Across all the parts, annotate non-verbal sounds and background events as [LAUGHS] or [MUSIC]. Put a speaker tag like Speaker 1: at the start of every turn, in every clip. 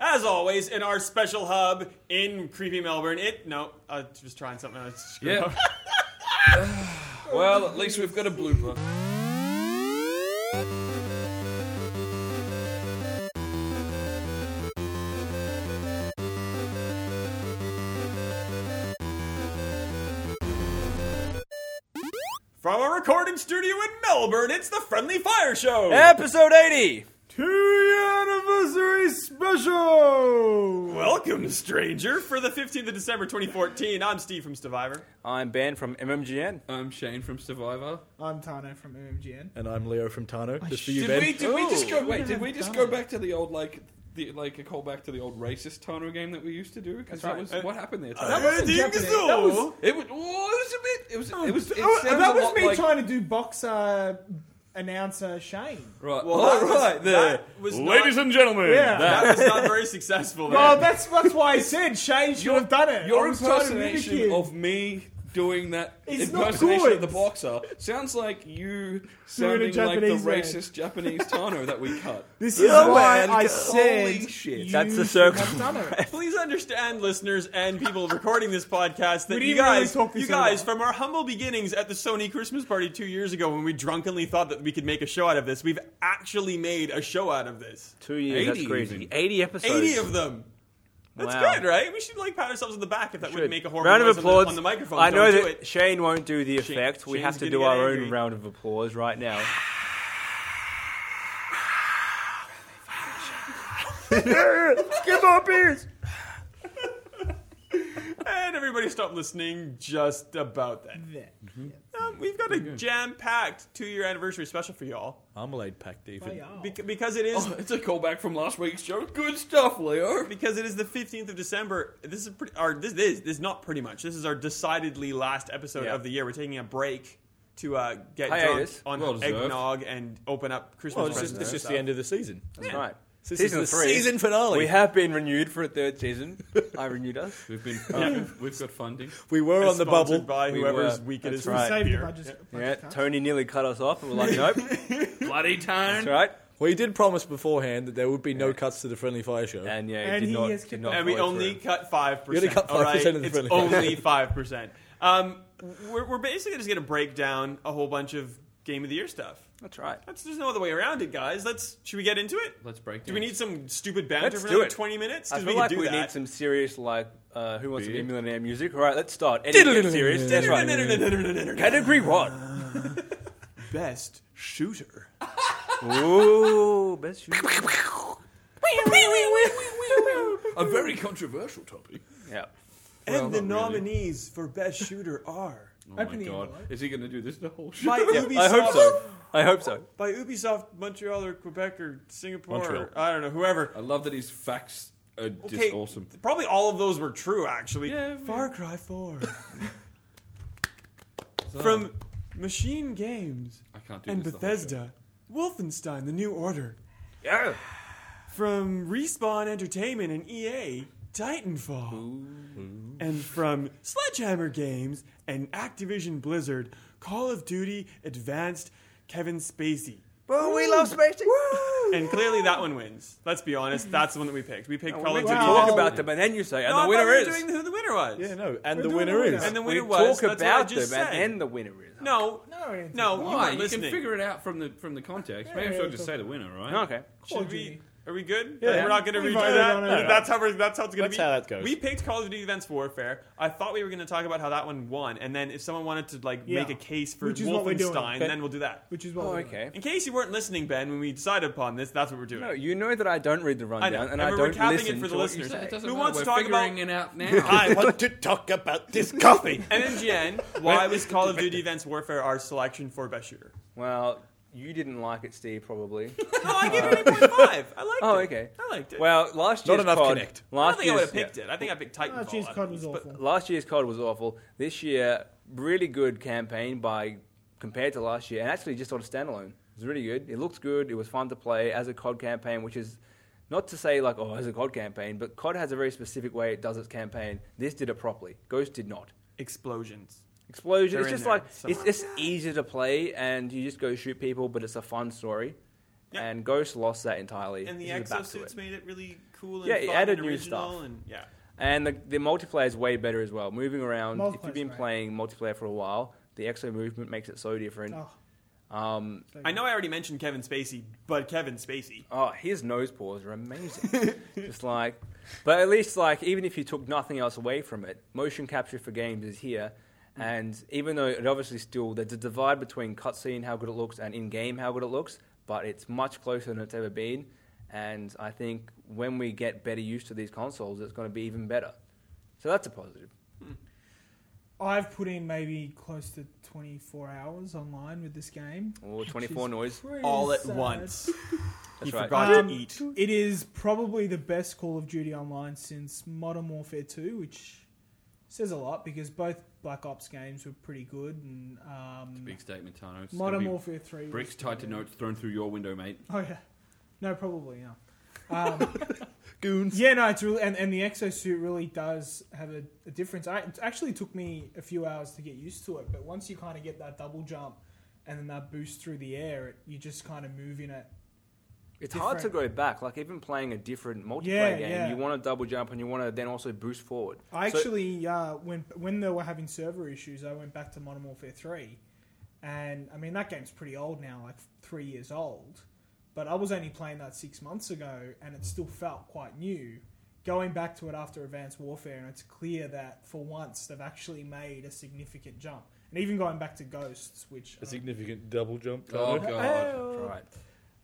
Speaker 1: as always, in our special hub in creepy Melbourne. It no, I was just trying something. I was screwed
Speaker 2: Yeah.
Speaker 1: up.
Speaker 2: [LAUGHS] well, at least we've got a blooper.
Speaker 1: From our recording studio in Melbourne, it's the Friendly Fire Show.
Speaker 2: Episode 80!
Speaker 3: anniversary special.
Speaker 1: Welcome, stranger, for the 15th of December 2014. I'm Steve from Survivor.
Speaker 4: I'm Ben from MMGN.
Speaker 2: I'm Shane from Survivor.
Speaker 3: I'm Tano from MGN.
Speaker 5: And I'm Leo from Tano. Just for you,
Speaker 2: Did
Speaker 5: Ben.
Speaker 2: we, did we just go, wait, did
Speaker 3: have
Speaker 2: we just
Speaker 3: done
Speaker 2: go
Speaker 3: it.
Speaker 2: back to the old, like, the, like a callback to the old racist Tono game that we used to do? Because that
Speaker 1: right.
Speaker 2: was,
Speaker 1: Uh,
Speaker 2: what happened there?
Speaker 1: That
Speaker 2: Tano?
Speaker 3: wasn't Japanese. That was-
Speaker 2: it was, oh, it was a bit, it was, it was, it
Speaker 3: Oh,
Speaker 2: sounds
Speaker 3: that
Speaker 2: a
Speaker 3: was
Speaker 2: lot
Speaker 3: me
Speaker 2: like,
Speaker 3: trying to do boxer announcer Shane.
Speaker 2: right,
Speaker 1: Well,
Speaker 2: all
Speaker 1: that was-
Speaker 2: right, there.
Speaker 1: That was
Speaker 5: Ladies
Speaker 1: not,
Speaker 5: and gentlemen.
Speaker 3: Yeah.
Speaker 1: that was not very successful. There.
Speaker 3: well, that's that's why I said Shane should have done it.
Speaker 2: Your
Speaker 3: I was trying to mimic
Speaker 2: impersonation
Speaker 3: you.
Speaker 2: of me doing that
Speaker 3: It's not
Speaker 2: impersonation
Speaker 3: good.
Speaker 2: of the boxer sounds like you sounding like the
Speaker 3: Japanese man.
Speaker 2: racist Japanese Tano that we cut.
Speaker 3: [LAUGHS] this is
Speaker 2: Oh,
Speaker 3: why
Speaker 2: man,
Speaker 3: I
Speaker 2: holy
Speaker 3: said
Speaker 2: shit.
Speaker 3: you
Speaker 4: That's the
Speaker 3: should
Speaker 1: [LAUGHS]
Speaker 4: circle.
Speaker 3: have done it.
Speaker 1: Please understand, listeners and people recording this podcast, that
Speaker 3: We
Speaker 1: you
Speaker 3: didn't really
Speaker 1: guys,
Speaker 3: talk this
Speaker 1: you guys,
Speaker 3: over.
Speaker 1: from our humble beginnings at the Sony Christmas party two years ago, when we drunkenly thought that we could make a show out of this, we've actually made a show out of this.
Speaker 4: Two years,
Speaker 2: 80
Speaker 4: that's crazy.
Speaker 2: even.
Speaker 4: 80 episodes.
Speaker 1: Eighty of them. That's
Speaker 4: Wow.
Speaker 1: good, right? We should like pat ourselves on the back if that would
Speaker 4: Good.
Speaker 1: make a horrible
Speaker 4: round of
Speaker 1: noise on the-
Speaker 4: applause
Speaker 1: on the microphone.
Speaker 4: I know
Speaker 1: Don't do
Speaker 4: that
Speaker 1: it.
Speaker 4: Shane won't do the
Speaker 1: Shane-
Speaker 4: effect. we have
Speaker 1: Shane's gonna
Speaker 4: to do
Speaker 1: get
Speaker 4: our
Speaker 1: angry.
Speaker 4: own round of applause right now.
Speaker 5: [LAUGHS] Give up beers.
Speaker 1: and everybody stopped listening just about that.
Speaker 3: There. Mm-hmm.
Speaker 1: Um, we've got a jam-packed two-year anniversary special for y'all
Speaker 5: Marmalade packed even.
Speaker 3: Yeah.
Speaker 1: Bec- because it is
Speaker 2: [LAUGHS] Oh, it's a callback from last week's show. Good stuff, Leo.
Speaker 1: because it is the 15th of December. This is pretty, or this is this is not pretty much. This is our decidedly last episode
Speaker 4: Yeah.
Speaker 1: of the year. We're taking a break to uh, get
Speaker 4: Hiatus.
Speaker 1: drunk on
Speaker 2: Well deserved.
Speaker 1: eggnog and open up Christmas
Speaker 5: Well, it's just,
Speaker 1: presents.
Speaker 5: it's just the end of the season.
Speaker 4: That's right.
Speaker 5: This
Speaker 4: season
Speaker 5: is the
Speaker 4: three.
Speaker 5: season finale.
Speaker 4: We have been renewed for a third season.
Speaker 5: [LAUGHS]
Speaker 4: I renewed us.
Speaker 2: We've been, uh, we've got funding.
Speaker 5: We were
Speaker 1: It's
Speaker 5: on the
Speaker 1: sponsored
Speaker 5: bubble.
Speaker 1: by
Speaker 4: We
Speaker 1: whoever's
Speaker 4: were.
Speaker 1: week it
Speaker 4: That's
Speaker 1: is. for
Speaker 4: right.
Speaker 3: Save the
Speaker 1: beer.
Speaker 3: budget.
Speaker 4: Yeah,
Speaker 3: budget cuts.
Speaker 4: Tony nearly cut us off, and we're like,
Speaker 5: [LAUGHS]
Speaker 4: nope.
Speaker 2: Bloody time.
Speaker 4: That's right.
Speaker 5: We did promise beforehand that there would be no cuts to the Friendly Fire Show.
Speaker 4: And yeah,
Speaker 3: And
Speaker 4: did
Speaker 3: he
Speaker 4: not,
Speaker 3: has
Speaker 4: did
Speaker 3: kicked
Speaker 4: not
Speaker 1: And we
Speaker 4: follow
Speaker 1: only
Speaker 4: through.
Speaker 1: cut five
Speaker 5: We only
Speaker 1: percent.
Speaker 5: cut 5% of the
Speaker 1: it's
Speaker 5: friendly fire.
Speaker 1: only five percent. Um, we're, we're basically just going to break down a whole bunch of game of the year stuff.
Speaker 4: That's right.
Speaker 1: That's there's no other way around it, guys. Let's should we get into it?
Speaker 2: Let's break.
Speaker 1: Do we
Speaker 2: dance.
Speaker 1: need some stupid banter
Speaker 4: Let's
Speaker 1: for
Speaker 4: do
Speaker 1: another
Speaker 4: it.
Speaker 1: twenty minutes?
Speaker 4: I
Speaker 1: 'Cause
Speaker 4: feel
Speaker 1: we
Speaker 4: like
Speaker 1: could do
Speaker 4: we
Speaker 1: that.
Speaker 4: need some serious, like, uh, who wants to be a
Speaker 2: Beer?
Speaker 4: millionaire music? All right, let's start. Anything serious. That's right. Category one.
Speaker 1: Best shooter.
Speaker 4: Ooh, best shooter.
Speaker 2: a very controversial topic?
Speaker 4: Yeah.
Speaker 2: Well,
Speaker 1: and the
Speaker 2: not really.
Speaker 1: nominees for best shooter
Speaker 4: [LAUGHS]
Speaker 1: are
Speaker 2: Oh
Speaker 3: Open
Speaker 2: my
Speaker 3: the
Speaker 2: god!
Speaker 3: envelope.
Speaker 2: Is he going to do this the whole show?
Speaker 1: by Ubisoft,
Speaker 4: I hope so. I hope so.
Speaker 1: by Ubisoft Montreal or Quebec or Singapore
Speaker 5: Montreal.
Speaker 1: or I don't know whoever.
Speaker 2: [LAUGHS] I love that his facts are just
Speaker 1: Okay,
Speaker 2: awesome.
Speaker 1: Probably all of those were true actually.
Speaker 2: Yeah,
Speaker 1: Far Cry 4 from Machine Games
Speaker 2: I can't do
Speaker 1: and
Speaker 2: this the whole show.
Speaker 1: Bethesda. Wolfenstein: The New Order
Speaker 4: Yeah.
Speaker 1: from Respawn Entertainment and EA, Titanfall. And from Sledgehammer Games and Activision Blizzard, Call of Duty Advanced Kevin Spacey.
Speaker 4: Well, we love spacing.
Speaker 1: And clearly that one wins. Let's be honest, that's the one that we picked. We picked Call of
Speaker 4: we
Speaker 1: Duty.
Speaker 3: Wow.
Speaker 4: talk about them, and then you say, and
Speaker 1: No, I
Speaker 4: the
Speaker 1: thought
Speaker 4: winner
Speaker 1: we were
Speaker 4: is.
Speaker 1: doing who the winner was.
Speaker 5: yeah, no. And
Speaker 3: We're
Speaker 5: the
Speaker 3: doing
Speaker 5: winner
Speaker 3: all
Speaker 5: is.
Speaker 3: that.
Speaker 1: And the
Speaker 4: we
Speaker 1: winner was.
Speaker 4: talk
Speaker 1: that's what I
Speaker 4: about them,
Speaker 1: just
Speaker 4: and
Speaker 1: said.
Speaker 4: then the winner is.
Speaker 1: No,
Speaker 3: No, I didn't
Speaker 1: no,
Speaker 3: think-
Speaker 1: you
Speaker 2: Why?
Speaker 1: weren't
Speaker 2: You can
Speaker 1: listening.
Speaker 2: figure it out from the from the context. Maybe I should just say the winner, right?
Speaker 4: Oh, Okay.
Speaker 1: Should we? Are we good?
Speaker 5: Yeah.
Speaker 1: We're not going to
Speaker 3: We
Speaker 1: redo
Speaker 3: voted
Speaker 1: that.
Speaker 3: on it. No, no.
Speaker 1: That's how we're, that's how it's going to
Speaker 5: That's
Speaker 1: be.
Speaker 5: how that goes.
Speaker 1: We picked Call of Duty: Advanced Warfare. I thought we were going to talk about how that one won, and then if someone wanted to like
Speaker 3: Yeah.
Speaker 1: make a case for
Speaker 3: Which is what we're doing.
Speaker 1: Wolfenstein,
Speaker 5: But-
Speaker 1: then we'll do that.
Speaker 3: Which is what.
Speaker 4: Oh,
Speaker 3: we're doing.
Speaker 4: okay.
Speaker 1: In case you weren't listening, Ben, when we decided upon this, that's what we're doing.
Speaker 4: No, you know that I don't read the rundown,
Speaker 1: know,
Speaker 4: and,
Speaker 1: and
Speaker 4: I
Speaker 1: we're
Speaker 4: don't
Speaker 1: recapping it
Speaker 4: listen
Speaker 1: for the
Speaker 4: to what
Speaker 1: listeners.
Speaker 4: you say.
Speaker 2: It doesn't
Speaker 1: Who
Speaker 2: matter,
Speaker 1: wants to
Speaker 2: we're
Speaker 1: talk
Speaker 2: figuring it out now?
Speaker 5: I want to talk about [LAUGHS] this coffee.
Speaker 1: MMGN, why was Call of Duty: Advanced Warfare our selection for best shooter?
Speaker 4: Well, you didn't like it, Steve, probably.
Speaker 1: No, Oh, I gave it eight point five. I liked
Speaker 4: Oh,
Speaker 1: it.
Speaker 4: okay.
Speaker 1: I liked it.
Speaker 4: well, last
Speaker 5: Not
Speaker 4: year's
Speaker 5: enough
Speaker 4: COD,
Speaker 5: Kinect.
Speaker 1: I
Speaker 4: Last
Speaker 1: don't think I would
Speaker 4: year's,
Speaker 1: have picked it. I think I picked Titanfall.
Speaker 3: Oh, geez,
Speaker 1: out of
Speaker 3: COD
Speaker 1: these,
Speaker 3: was
Speaker 1: but-
Speaker 3: awful.
Speaker 4: last year's COD was awful. This year, really good campaign by compared to last year, and actually just on a standalone, it was really good. It looked good. It was fun to play as a COD campaign, which is not to say like oh as a COD campaign, but COD has a very specific way it does its campaign. This did it properly. Ghost did not.
Speaker 1: Explosions.
Speaker 4: Explosion.
Speaker 1: They're in
Speaker 4: it's just
Speaker 1: there
Speaker 4: like it's
Speaker 1: somewhere.
Speaker 4: it's easy to play, and you just go shoot people, but it's a fun story.
Speaker 1: Yeah.
Speaker 4: And Ghost lost that entirely.
Speaker 1: And the
Speaker 4: This is back to it.
Speaker 1: exosuits made it really cool and
Speaker 4: Yeah, it
Speaker 1: fun
Speaker 4: added
Speaker 1: and
Speaker 4: new
Speaker 1: original
Speaker 4: stuff.
Speaker 1: and yeah.
Speaker 4: And the, the multiplayer is way better as well. Moving around, if you've
Speaker 3: Multiplayer's
Speaker 4: been
Speaker 3: great.
Speaker 4: playing multiplayer for a while, the exo movement makes it so different.
Speaker 3: Oh,
Speaker 4: Um,
Speaker 3: so
Speaker 1: I know I already mentioned Kevin Spacey, but Kevin Spacey.
Speaker 4: oh, his nose paws are
Speaker 3: [LAUGHS]
Speaker 4: amazing. Just like, but at least like even if you took nothing else away from it, motion capture for games is here. And even though it obviously still there's a divide between cutscene how good it looks and in game how good it looks, but it's much closer than it's ever been. And I think when we get better used to these consoles, it's going to be even better. So that's a positive.
Speaker 3: good. I've put in maybe close to 24 hours online with this game.
Speaker 4: Or
Speaker 3: [LAUGHS] which is
Speaker 4: 24 noise.
Speaker 3: pretty
Speaker 1: All at
Speaker 3: sad.
Speaker 1: once.
Speaker 4: That's
Speaker 1: He
Speaker 4: right.
Speaker 1: forgot
Speaker 3: Um,
Speaker 1: to eat.
Speaker 3: It is probably the best Call of Duty Online since Modern Warfare 2, which says a lot because both Black Ops games were pretty good. And um,
Speaker 6: Big statement, Tano. It's
Speaker 3: Modern
Speaker 6: gonna be
Speaker 3: Warfare 3. was
Speaker 6: Bricks tied to
Speaker 3: pretty good.
Speaker 6: notes thrown through your window, mate.
Speaker 3: Oh, yeah. No, probably, yeah.
Speaker 6: [LAUGHS]
Speaker 3: Um, Goons. Yeah, no, it's really. And, and the exosuit really does have a, a difference. I, it actually took me a few hours to get used to it, but once you kind of get that double jump and then that boost through the air, it, you just kind of move in it.
Speaker 4: It's hard to go
Speaker 3: different.
Speaker 4: back. Like even playing a different multiplayer
Speaker 3: Yeah,
Speaker 4: game,
Speaker 3: yeah.
Speaker 4: you want to double jump and you want to then also boost forward.
Speaker 3: I
Speaker 4: So-
Speaker 3: actually, uh, when when they were having server issues, I went back to Modern Warfare Three, and I mean that game's pretty old now, like three years old. But I was only playing that six months ago, and it still felt quite new. Going back to it after Advanced Warfare, and it's clear that for once they've actually made a significant jump. And even going back to Ghosts, which
Speaker 5: A
Speaker 3: um,
Speaker 5: significant double jump.
Speaker 6: Oh,
Speaker 5: Tano.
Speaker 6: God.
Speaker 4: right.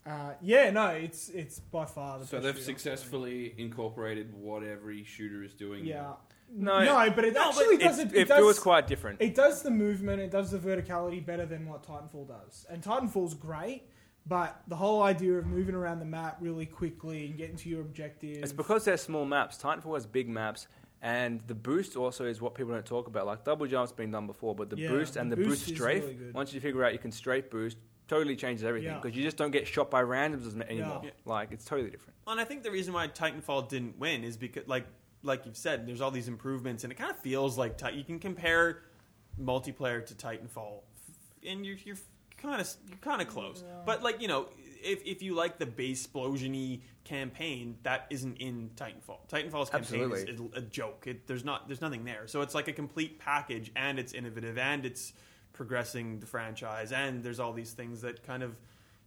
Speaker 3: uh, yeah, no, it's it's by far the
Speaker 6: So
Speaker 3: best
Speaker 6: they've
Speaker 3: shooter I've
Speaker 6: successfully incorporated what every shooter is
Speaker 3: played.
Speaker 6: doing.
Speaker 3: yeah
Speaker 4: No,
Speaker 3: no, but it
Speaker 4: No, but
Speaker 3: actually
Speaker 4: it's-
Speaker 3: does it,
Speaker 4: it
Speaker 3: does,
Speaker 4: feels quite different.
Speaker 3: It does the movement, it does the verticality better than what Titanfall does. And Titanfall's great, but the whole idea of moving around the map really quickly and getting to your objective.
Speaker 4: It's because they're small maps. Titanfall has big maps, and the boost also is what people don't talk about. Like double jump's been done before, but the
Speaker 3: Yeah,
Speaker 4: boost and the
Speaker 3: the
Speaker 4: boost,
Speaker 3: boost is
Speaker 4: strafe.
Speaker 3: really good.
Speaker 4: once you figure out you can strafe boost, totally changes everything
Speaker 3: Yeah.
Speaker 4: because you just don't get shot by randoms as ma- anymore.
Speaker 3: Yeah.
Speaker 4: Like it's totally different.
Speaker 1: Well, and I think the reason why Titanfall didn't win is because, like, like you've said, there's all these improvements, and it kind of feels like Ti- you can compare multiplayer to Titanfall, and you're you're kind of you're kind of close. But like you know, if if you like the base explosiony campaign, that isn't in Titanfall. Titanfall's campaign is, is
Speaker 4: Absolutely.
Speaker 1: a joke. It, there's not there's nothing there. So it's like a complete package, and it's innovative, and it's progressing the franchise, and there's all these things that kind of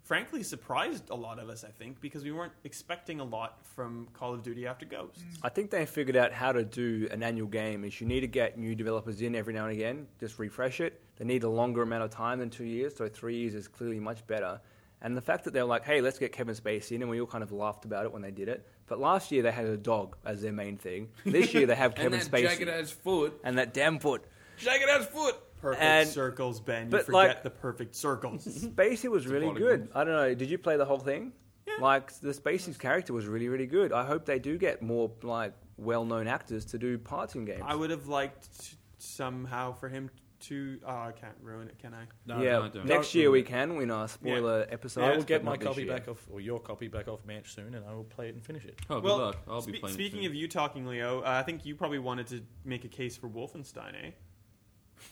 Speaker 1: frankly surprised a lot of us, I think, because we weren't expecting a lot from Call of Duty after Ghosts.
Speaker 4: I think they figured out how to do an annual game is you need to get new developers in every now and again, just refresh it. They need a longer amount of time than two years, so three years is clearly much better. And the fact that they were like, hey, let's get Kevin Spacey in, and we all kind of laughed about it when they did it. But last year they had a dog as their main thing. This year they
Speaker 6: [LAUGHS]
Speaker 4: have
Speaker 6: And
Speaker 4: Kevin
Speaker 6: that
Speaker 4: Spacey
Speaker 6: jagged ass foot.
Speaker 4: and that damn foot.
Speaker 6: Jagged ass foot.
Speaker 1: Perfect
Speaker 4: And-
Speaker 1: circles, Ben. You
Speaker 4: but,
Speaker 1: forget
Speaker 4: like-
Speaker 1: the perfect
Speaker 4: [LAUGHS]
Speaker 1: circles.
Speaker 4: Spacey was really
Speaker 6: body
Speaker 4: good. I don't know. Did you play the whole thing? Like the Spacey's character was really, really good. I hope they do get more like well-known actors to do parts in games.
Speaker 1: I would have liked somehow for him to. Oh, I can't ruin it, can I?
Speaker 6: No,
Speaker 4: yeah,
Speaker 6: no, I don't.
Speaker 4: next
Speaker 5: Don't
Speaker 4: year
Speaker 5: ruin
Speaker 4: we
Speaker 5: it.
Speaker 4: can win our spoiler episode.
Speaker 5: I will
Speaker 4: but
Speaker 5: get my
Speaker 4: not this
Speaker 5: copy
Speaker 4: year.
Speaker 5: back off, or your copy back off Manch soon, and I will play it and finish it.
Speaker 6: Oh, good
Speaker 1: well,
Speaker 6: luck. I'll be
Speaker 1: spe-
Speaker 6: playing.
Speaker 1: speaking of you talking, Leo, uh, I think you probably wanted to make a case for Wolfenstein, eh?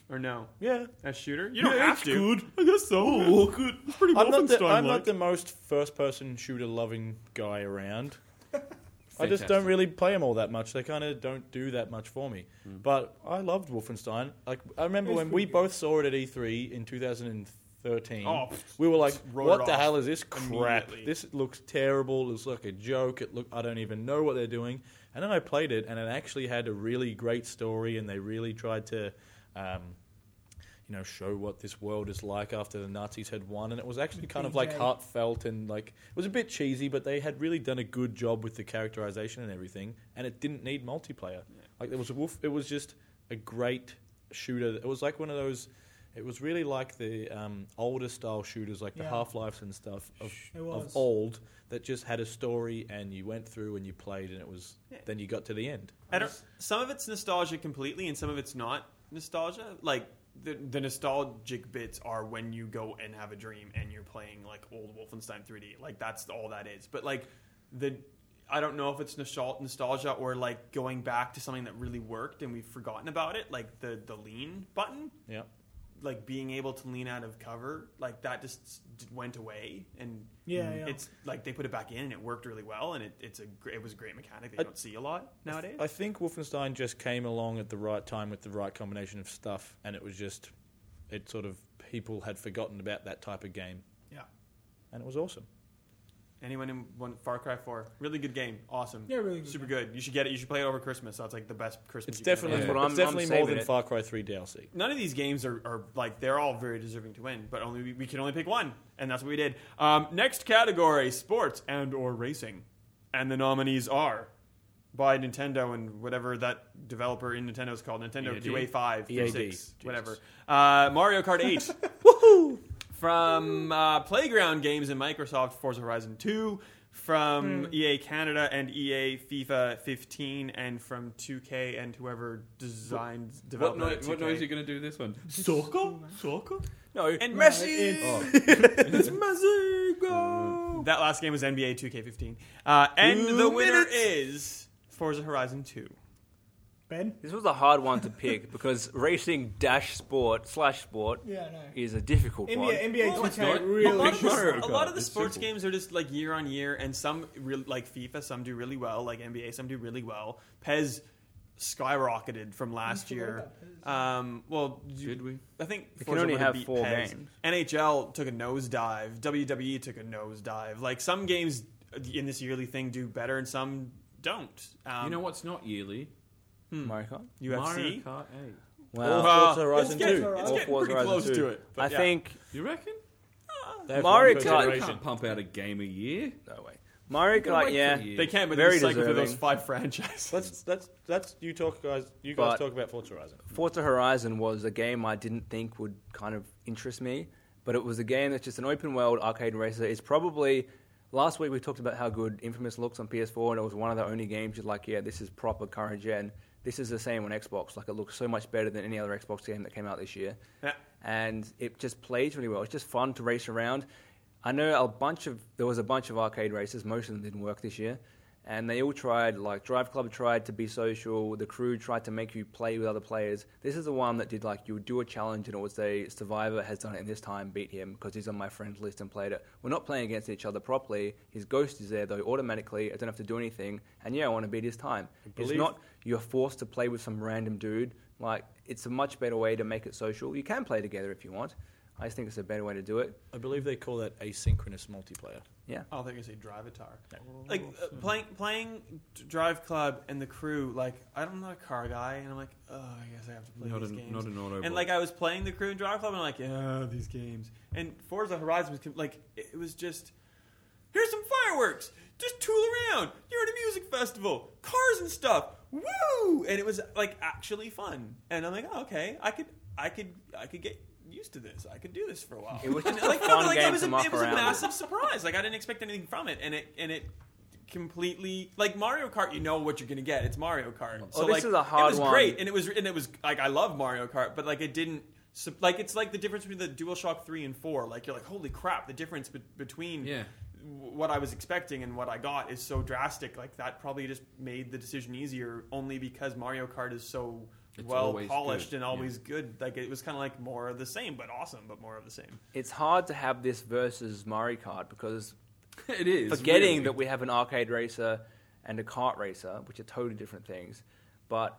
Speaker 1: Or no?
Speaker 5: Yeah,
Speaker 1: As shooter? You don't
Speaker 5: Yeah,
Speaker 1: have
Speaker 5: it's
Speaker 1: to.
Speaker 5: good.
Speaker 1: I guess so. Oh, good. It's pretty
Speaker 5: I'm not, the,
Speaker 1: Wolfenstein-like.
Speaker 5: I'm not the most first-person shooter-loving guy around. I just
Speaker 6: Fantastic.
Speaker 5: don't really play them all that much. They kind of don't do that much for me. But I loved Wolfenstein. Like I remember
Speaker 3: It was
Speaker 5: when
Speaker 3: pretty
Speaker 5: we
Speaker 3: good.
Speaker 5: both saw it at E3 in 2013.
Speaker 1: Oh, pfft.
Speaker 5: we were like,
Speaker 1: Wrote
Speaker 5: "What
Speaker 1: it
Speaker 5: the
Speaker 1: off
Speaker 5: hell is this crap?
Speaker 1: immediately.
Speaker 5: This looks terrible. It looks like a joke. It look I don't even know what they're doing." And then I played it, and it actually had a really great story, and they really tried to. Um, you know, show what this world is like after the Nazis had won, and it was actually kind of like
Speaker 3: BJ.
Speaker 5: heartfelt and like it was a bit cheesy, but they had really done a good job with the characterization and everything, and it didn't need multiplayer. Like there was a wolf, it was just a great shooter. It was like one of those. It was really like the um, older style shooters, like the
Speaker 3: Yeah.
Speaker 5: Half Lives and stuff of,
Speaker 3: It
Speaker 5: of
Speaker 3: was.
Speaker 5: old, that just had a story and you went through and you played, and it was
Speaker 1: Yeah.
Speaker 5: then you got to the end.
Speaker 1: I don't, some of it's nostalgia completely, and some of it's not nostalgia. Like the the nostalgic bits are when you go and have a dream and you're playing like old Wolfenstein 3D. Like that's all that is. But like the I don't know if it's nostal- nostalgia or like going back to something that really worked and we've forgotten about it. Like the the lean button
Speaker 5: Yeah,
Speaker 1: like being able to lean out of cover, like that just s- d- went away, and mm,
Speaker 3: Yeah, yeah.
Speaker 1: it's like they put it back in and it worked really well, and it, it's a gr- it was a great mechanic that you
Speaker 5: I-
Speaker 1: don't see a lot nowadays.
Speaker 5: I think Wolfenstein just came along at the right time with the right combination of stuff, and it was just, it sort of people had forgotten about that type of game,
Speaker 3: Yeah.
Speaker 5: and it was awesome.
Speaker 1: Anyone in one Far Cry Four, really good game, awesome,
Speaker 3: Yeah, really good
Speaker 1: super
Speaker 3: game.
Speaker 1: good. You should get it. You should play it over Christmas. That's like the best Christmas.
Speaker 5: It's
Speaker 1: you can ever
Speaker 5: definitely
Speaker 1: have.
Speaker 4: Yeah. But
Speaker 5: it's
Speaker 4: I'm-
Speaker 5: definitely
Speaker 4: I'm
Speaker 5: more
Speaker 4: saving
Speaker 5: than
Speaker 4: it.
Speaker 5: Far Cry 3 DLC.
Speaker 1: None of these games are, are like they're all very deserving to win, but only we, we can only pick one, and that's what we did. Um, next category: sports and or racing, and the nominees are by Nintendo and whatever that developer in Nintendo is called,
Speaker 6: E
Speaker 1: Nintendo
Speaker 5: EAD?
Speaker 1: QA five,
Speaker 5: EAD,
Speaker 1: six,
Speaker 5: Jesus.
Speaker 1: whatever. Uh, Mario Kart eight,
Speaker 6: [LAUGHS]
Speaker 1: woohoo! From uh, Playground Games and Microsoft, Forza Horizon two. From EA Canada and EA FIFA 15, and from 2K and whoever designed
Speaker 6: What,
Speaker 1: developed
Speaker 6: noi-
Speaker 1: it,
Speaker 6: what
Speaker 1: 2K.
Speaker 6: noise are you going to do this one?
Speaker 1: Soccer? Soccer?
Speaker 4: No,
Speaker 1: And
Speaker 3: No, it's-
Speaker 1: it's Mexico! Oh. Uh, That last game was NBA 2K15. Uh, and
Speaker 5: Two
Speaker 1: the winner
Speaker 5: minutes.
Speaker 1: is Forza Horizon 2.
Speaker 3: Ben?
Speaker 4: this was a hard one to
Speaker 5: [LAUGHS]
Speaker 4: pick because racing dash sport slash sport
Speaker 3: Yeah, I know.
Speaker 4: is a difficult one.
Speaker 3: NBA, NBA
Speaker 1: Well, it's
Speaker 3: 2K
Speaker 6: not.
Speaker 1: a
Speaker 3: really
Speaker 1: lot of, the-
Speaker 6: Mario
Speaker 1: a
Speaker 6: Kart,
Speaker 1: lot of the
Speaker 6: it's
Speaker 1: sports
Speaker 6: simple.
Speaker 1: games are just like year on year, and some real like FIFA, some do really well, like NBA, some do really well. Pez skyrocketed from last
Speaker 3: forgot
Speaker 1: year.
Speaker 3: about
Speaker 1: Um, well, you-
Speaker 6: Did we?
Speaker 1: I think
Speaker 4: can
Speaker 1: Forza
Speaker 4: only
Speaker 1: would've
Speaker 4: have
Speaker 1: beat
Speaker 4: four
Speaker 1: Pez.
Speaker 4: games.
Speaker 1: NHL took a nosedive. WWE took a nosedive. Like some games in this yearly thing do better, and some don't. Um,
Speaker 6: you know what's not yearly?
Speaker 4: Mario Kart.
Speaker 1: UFC.
Speaker 6: Mario Kart 8.
Speaker 4: Wow.
Speaker 5: Well,
Speaker 1: Uh,
Speaker 5: Forza Horizon
Speaker 1: it's getting,
Speaker 5: 2.
Speaker 1: It's
Speaker 4: Or
Speaker 1: getting
Speaker 4: Forza
Speaker 1: pretty
Speaker 4: Horizon
Speaker 1: close
Speaker 5: 2.
Speaker 1: to it. but
Speaker 4: I
Speaker 1: yeah.
Speaker 4: think
Speaker 6: You reckon?
Speaker 5: They have
Speaker 4: Mario Kart-
Speaker 5: one
Speaker 6: They
Speaker 5: consideration.
Speaker 6: can't pump out a game a year. [LAUGHS]
Speaker 4: no way. Mario
Speaker 6: gotta wait
Speaker 4: Kart,
Speaker 6: for
Speaker 4: yeah.
Speaker 6: you.
Speaker 1: they can, but
Speaker 4: Very
Speaker 1: they're cycling through
Speaker 4: deserving.
Speaker 1: those five [LAUGHS] franchises.
Speaker 5: Let's that's that's you talk guys. You guys
Speaker 4: But-
Speaker 5: talk about Forza Horizon.
Speaker 4: Forza Horizon was a game I didn't think would kind of interest me, but it was a game that's just an open world arcade racer. It's probably last week we talked about how good Infamous looks on PS4, and it was one of the only games you're like, yeah, this is proper current gen. This is the same on Xbox. Like it looks so much better than any other Xbox game that came out this year,
Speaker 1: Yeah.
Speaker 4: and it just plays really well. It's just fun to race around. I know a bunch of there was a bunch of arcade races. Most of them didn't work this year, and they all tried. Like Drive Club tried to be social. The crew tried to make you play with other players. This is the one that did like you would do a challenge, and it would say Survivor has done it in this time. Beat him because he's on my friends list and played it. We're not playing against each other properly. His ghost is there though automatically. I don't have to do anything. And yeah, I want to beat his time. It's
Speaker 5: believe-
Speaker 4: not you're forced to play with some random dude. Like it's a much better way to make it social. You can play together if you want. I just think it's a better way to do it.
Speaker 5: I believe they call that asynchronous multiplayer.
Speaker 4: Yeah.
Speaker 1: Oh, they're gonna say Drivatar. Like uh,
Speaker 6: Hmm.
Speaker 1: playing playing D- Drive Club and the crew. Like I'm not a car guy, and I'm like, oh, I guess I have to play
Speaker 6: Not
Speaker 1: these
Speaker 6: an-
Speaker 1: games.
Speaker 6: not an auto
Speaker 1: And
Speaker 6: bot.
Speaker 1: like I was playing the crew and Drive Club, and I'm like, yeah, these games. And Forza Horizon was com- like, it it was just here's some fireworks. Just tool around. You're at a music festival, cars and stuff. Woo! And it was like actually fun. And I'm like, oh, okay, I could, I could, I could get used to this. I could do this for a while. [LAUGHS]
Speaker 4: It was
Speaker 1: And,
Speaker 4: just a
Speaker 1: like, no,
Speaker 4: fun
Speaker 1: but, like,
Speaker 4: game
Speaker 1: it was
Speaker 4: to
Speaker 1: a,
Speaker 4: muck
Speaker 1: it was a
Speaker 4: around with.
Speaker 1: massive surprise. Like I didn't expect anything from it, and it and it completely like Mario Kart. You know what you're gonna get. It's Mario Kart. so
Speaker 4: Oh, this
Speaker 1: like,
Speaker 4: is a hard
Speaker 1: it was
Speaker 4: one.
Speaker 1: great, and it was and it was like I love Mario Kart, but like it didn't. sup- Like it's like the difference between the DualShock three and four. Like you're like, holy crap! The difference be- between
Speaker 6: Yeah.
Speaker 1: w- what I was expecting and what I got is so drastic. Like that probably just made the decision easier, only because Mario Kart is so
Speaker 6: It's
Speaker 1: well
Speaker 6: always
Speaker 1: polished
Speaker 6: good,
Speaker 1: and always good. Like it was kind of like more of the same, but awesome, but more of the same.
Speaker 4: It's hard to have this versus Mario Kart because
Speaker 6: it is.
Speaker 4: forgetting
Speaker 6: really.
Speaker 4: that we have an arcade racer and a kart racer, which are totally different things. But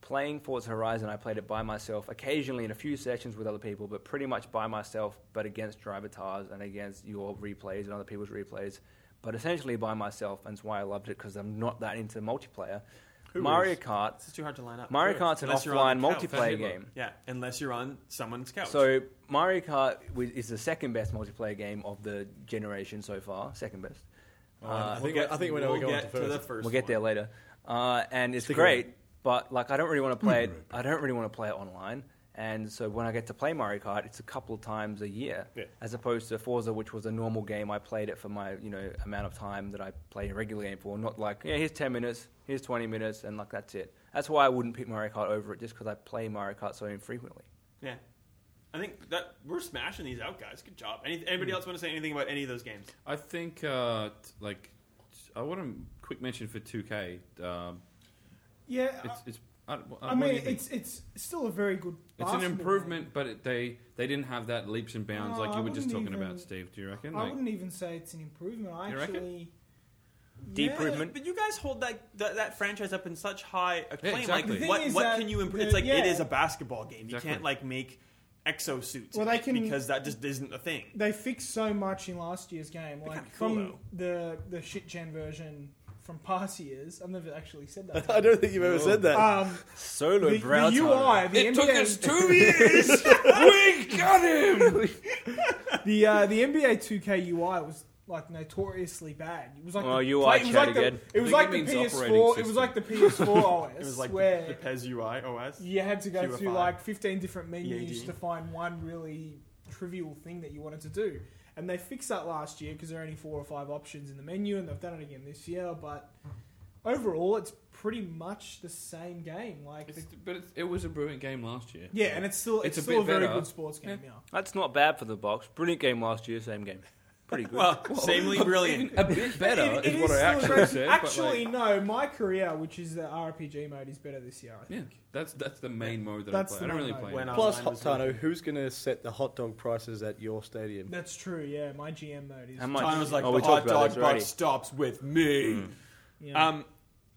Speaker 4: playing Forza Horizon, I played it by myself, occasionally in a few sessions with other people, but pretty much by myself, but against driver tars and against your replays and other people's replays, but essentially by myself. And that's why I loved it because I'm not that into multiplayer. Mario Kart,
Speaker 1: It's too hard to line up.
Speaker 4: Mario
Speaker 1: Sure.
Speaker 4: Kart's an
Speaker 1: Unless you're on
Speaker 4: offline
Speaker 1: the couch.
Speaker 4: multiplayer
Speaker 6: Fable.
Speaker 4: game.
Speaker 1: Yeah, unless you're on someone's couch.
Speaker 4: So Mario Kart wi- is the second best multiplayer game of the generation so far. Second best.
Speaker 1: Oh,
Speaker 4: Uh,
Speaker 5: I think I think we know we're
Speaker 1: we'll
Speaker 5: going
Speaker 1: get
Speaker 5: to first.
Speaker 1: the first.
Speaker 4: we'll get there
Speaker 1: one.
Speaker 4: later. Uh, and it's
Speaker 5: Stick
Speaker 4: great,
Speaker 5: around. Mm-hmm.
Speaker 4: but like I don't really want to play it. I don't really want to play it online. And so when I get to play Mario Kart, it's a couple of times a year,
Speaker 5: Yeah.
Speaker 4: as opposed to Forza, which was a normal game. I played it for my you know amount of time that I play a regular game for, not like yeah, here's ten minutes, here's twenty minutes, and like that's it. That's why I wouldn't pick Mario Kart over it, just because I play Mario Kart so infrequently.
Speaker 1: Yeah. I think that we're smashing these out, guys. Good job. Any, anybody else want to say anything about any of those games?
Speaker 6: I think, uh, t- like, t- I want to quick mention for 2K. Um,
Speaker 3: Yeah,
Speaker 6: it's, it's I, I,
Speaker 3: I
Speaker 6: what do
Speaker 3: mean,
Speaker 6: you think?
Speaker 3: it's it's still a very good.
Speaker 6: It's an
Speaker 3: basketball
Speaker 6: improvement, but it, they they didn't have that leaps and bounds
Speaker 3: No,
Speaker 6: like
Speaker 3: I
Speaker 6: you were just
Speaker 3: wouldn't
Speaker 6: talking about,
Speaker 3: even-
Speaker 6: Steve. Do you reckon?
Speaker 3: game. I
Speaker 6: Like,
Speaker 3: wouldn't even say it's an improvement. I
Speaker 6: You reckon?
Speaker 3: actually
Speaker 4: Deep improvement.
Speaker 1: But you guys hold that, that that franchise up in such high acclaim.
Speaker 6: exactly. The
Speaker 1: Like,
Speaker 3: thing
Speaker 1: what
Speaker 3: is
Speaker 1: what
Speaker 3: that
Speaker 1: can you improve?
Speaker 3: the-
Speaker 1: It's like
Speaker 3: yeah.
Speaker 1: it is a basketball game.
Speaker 6: Exactly.
Speaker 1: You can't like make exosuits
Speaker 3: Well, they can-
Speaker 1: because that just isn't a thing.
Speaker 3: They fixed so much in last year's game, like
Speaker 1: kinda cool,
Speaker 3: from
Speaker 1: though.
Speaker 3: the the shit gen version from [LAUGHS] past years. I've never actually said that.
Speaker 5: [LAUGHS] [LAUGHS] I don't think you've ever said that.
Speaker 3: um,
Speaker 4: Solo
Speaker 3: the, the
Speaker 4: brow
Speaker 3: UI, the
Speaker 6: it
Speaker 3: NBA,
Speaker 6: took us
Speaker 5: [LAUGHS]
Speaker 6: two years. we got him.
Speaker 3: [LAUGHS] the uh, the NBA 2K UI was like notoriously bad. It was like
Speaker 4: Oh,
Speaker 3: the,
Speaker 4: UI
Speaker 3: it was like the,
Speaker 4: Chadigan.
Speaker 3: it was
Speaker 6: I think
Speaker 3: like
Speaker 6: it
Speaker 3: the
Speaker 6: means
Speaker 3: PS4.
Speaker 6: operating
Speaker 3: It was like the PS4 OS
Speaker 1: It was like
Speaker 3: where
Speaker 1: the, the Pez UI OS.
Speaker 3: you had to go
Speaker 1: QFI.
Speaker 3: through like 15 different menus
Speaker 1: EAD.
Speaker 3: to find one really trivial thing that you wanted to do. And they fixed that last year because there are only four or five options in the menu, and they've done it again this year. But
Speaker 6: Hmm.
Speaker 3: overall, it's pretty much the same game. Like,
Speaker 6: It's,
Speaker 3: the-
Speaker 6: but it's, it was a brilliant game last year.
Speaker 3: yeah, and it's still it's,
Speaker 6: It's a
Speaker 3: still a,
Speaker 6: bit
Speaker 3: very
Speaker 6: better.
Speaker 3: good sports game. Yeah.
Speaker 4: [LAUGHS] That's not bad for the box. Brilliant game last year, same game. Pretty good.
Speaker 1: Well, samely brilliant.
Speaker 6: a
Speaker 3: [LAUGHS]
Speaker 6: bit better
Speaker 3: It- it
Speaker 6: is what I
Speaker 3: is still a
Speaker 6: actually
Speaker 3: great-
Speaker 6: said. but,
Speaker 3: Actually,
Speaker 6: like,
Speaker 3: no. My career, which is the RPG mode, is better this year. I
Speaker 6: yeah,
Speaker 3: think.
Speaker 6: that's that's the main mode that
Speaker 3: That's
Speaker 6: I play.
Speaker 3: the
Speaker 6: I don't
Speaker 3: main
Speaker 6: really
Speaker 3: mode.
Speaker 6: play.
Speaker 1: When
Speaker 6: it.
Speaker 1: I-
Speaker 5: Plus,
Speaker 1: Online was
Speaker 5: Hotano, who's going to set the hot dog prices at your stadium?
Speaker 3: That's true. Yeah, my GM mode is.
Speaker 4: How much?
Speaker 1: Time was like
Speaker 4: oh,
Speaker 1: the
Speaker 4: we talked
Speaker 1: hot
Speaker 4: about
Speaker 1: dog
Speaker 4: this already.
Speaker 1: butt stops with me.
Speaker 3: yeah.
Speaker 1: Um,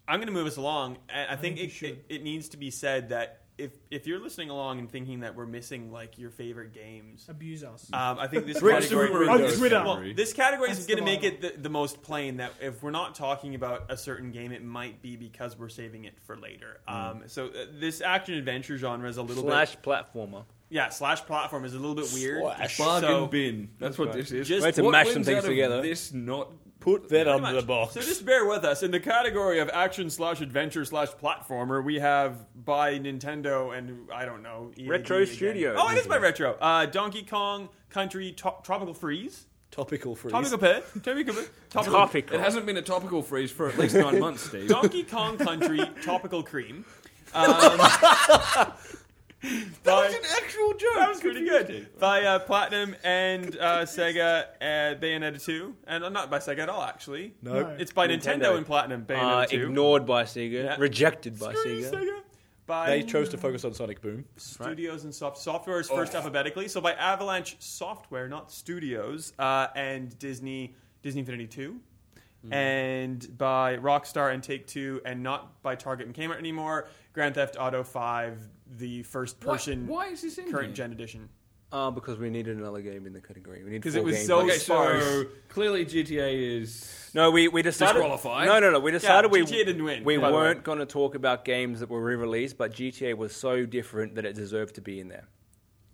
Speaker 1: I'm going to move us along. and I, think,
Speaker 3: think we
Speaker 1: it,
Speaker 3: should.
Speaker 1: it, it needs to be said that if if you're listening along and thinking that we're missing like your favorite games,
Speaker 3: abuse us.
Speaker 6: uh,
Speaker 1: um, I think this
Speaker 5: Rick
Speaker 1: category
Speaker 5: Subaru
Speaker 3: On
Speaker 5: knows.
Speaker 3: Twitter.
Speaker 1: Well, this category
Speaker 3: That's
Speaker 1: is going
Speaker 3: the
Speaker 1: to make
Speaker 3: model.
Speaker 1: it the, the most plain that if we're not talking about a certain game, it might be because we're saving it for later.
Speaker 3: Mm.
Speaker 1: Um, so uh, this action adventure genre is a little
Speaker 4: Slash
Speaker 1: bit
Speaker 4: platformer.
Speaker 1: yeah slash platform is a little bit weird.
Speaker 5: Slash.
Speaker 6: bargain
Speaker 1: So-
Speaker 6: bin. That's what this is.
Speaker 1: Just- We
Speaker 4: had to
Speaker 6: What
Speaker 4: mash some
Speaker 6: wins
Speaker 4: things
Speaker 6: out of
Speaker 4: together.
Speaker 6: This not
Speaker 5: Put that
Speaker 1: Pretty
Speaker 5: under the
Speaker 1: much.
Speaker 5: box.
Speaker 1: So just bear with us. In the category of action slash adventure slash platformer, we have by Nintendo and I don't know EAD
Speaker 4: Retro
Speaker 1: again.
Speaker 4: Studios.
Speaker 1: Oh, it is by Retro. Uh, Donkey Kong Country to- Tropical Freeze.
Speaker 5: Topical freeze.
Speaker 1: Topical Pet. Topical Pet. Topical
Speaker 4: Topical.
Speaker 6: It hasn't been a topical phrase for at least
Speaker 4: [LAUGHS]
Speaker 6: nine months, Steve.
Speaker 1: Donkey Kong Country Topical Cream. Um, by-
Speaker 6: actual joke.
Speaker 1: that was pretty good. By uh, Platinum and uh, Sega, uh, Bayonetta 2. And uh, not by Sega at all, actually.
Speaker 5: no.
Speaker 3: No.
Speaker 1: It's by Nintendo,
Speaker 4: Nintendo.
Speaker 1: and Platinum, Bayonetta
Speaker 4: Uh,
Speaker 1: 2.
Speaker 4: ignored by Sega.
Speaker 1: Yeah.
Speaker 4: Rejected by
Speaker 1: Screw you,
Speaker 4: Sega.
Speaker 1: By
Speaker 5: They chose to focus on Sonic Boom.
Speaker 1: Studios and soft software is first alphabetically. So by Avalanche Software, not Studios, uh, and Disney Disney Infinity Two, and by Rockstar and Take Two, and not by Target and Kmart anymore. Grand Theft Auto Five, the first person
Speaker 6: Why, why is this in
Speaker 1: current
Speaker 6: here?
Speaker 1: gen edition.
Speaker 4: Uh, because we needed another game in the category. We need
Speaker 1: 'Cause
Speaker 4: four
Speaker 1: it was
Speaker 4: games.
Speaker 1: so-
Speaker 6: Okay, so
Speaker 1: Sparse.
Speaker 6: clearly GTA is.
Speaker 4: No, we, we decided.
Speaker 6: Disqualified.
Speaker 4: No, no, no. We decided we
Speaker 1: GTA didn't win,
Speaker 4: We
Speaker 1: by the way.
Speaker 4: weren't going to talk about games that were re-released, but GTA was so different that it deserved to be in there.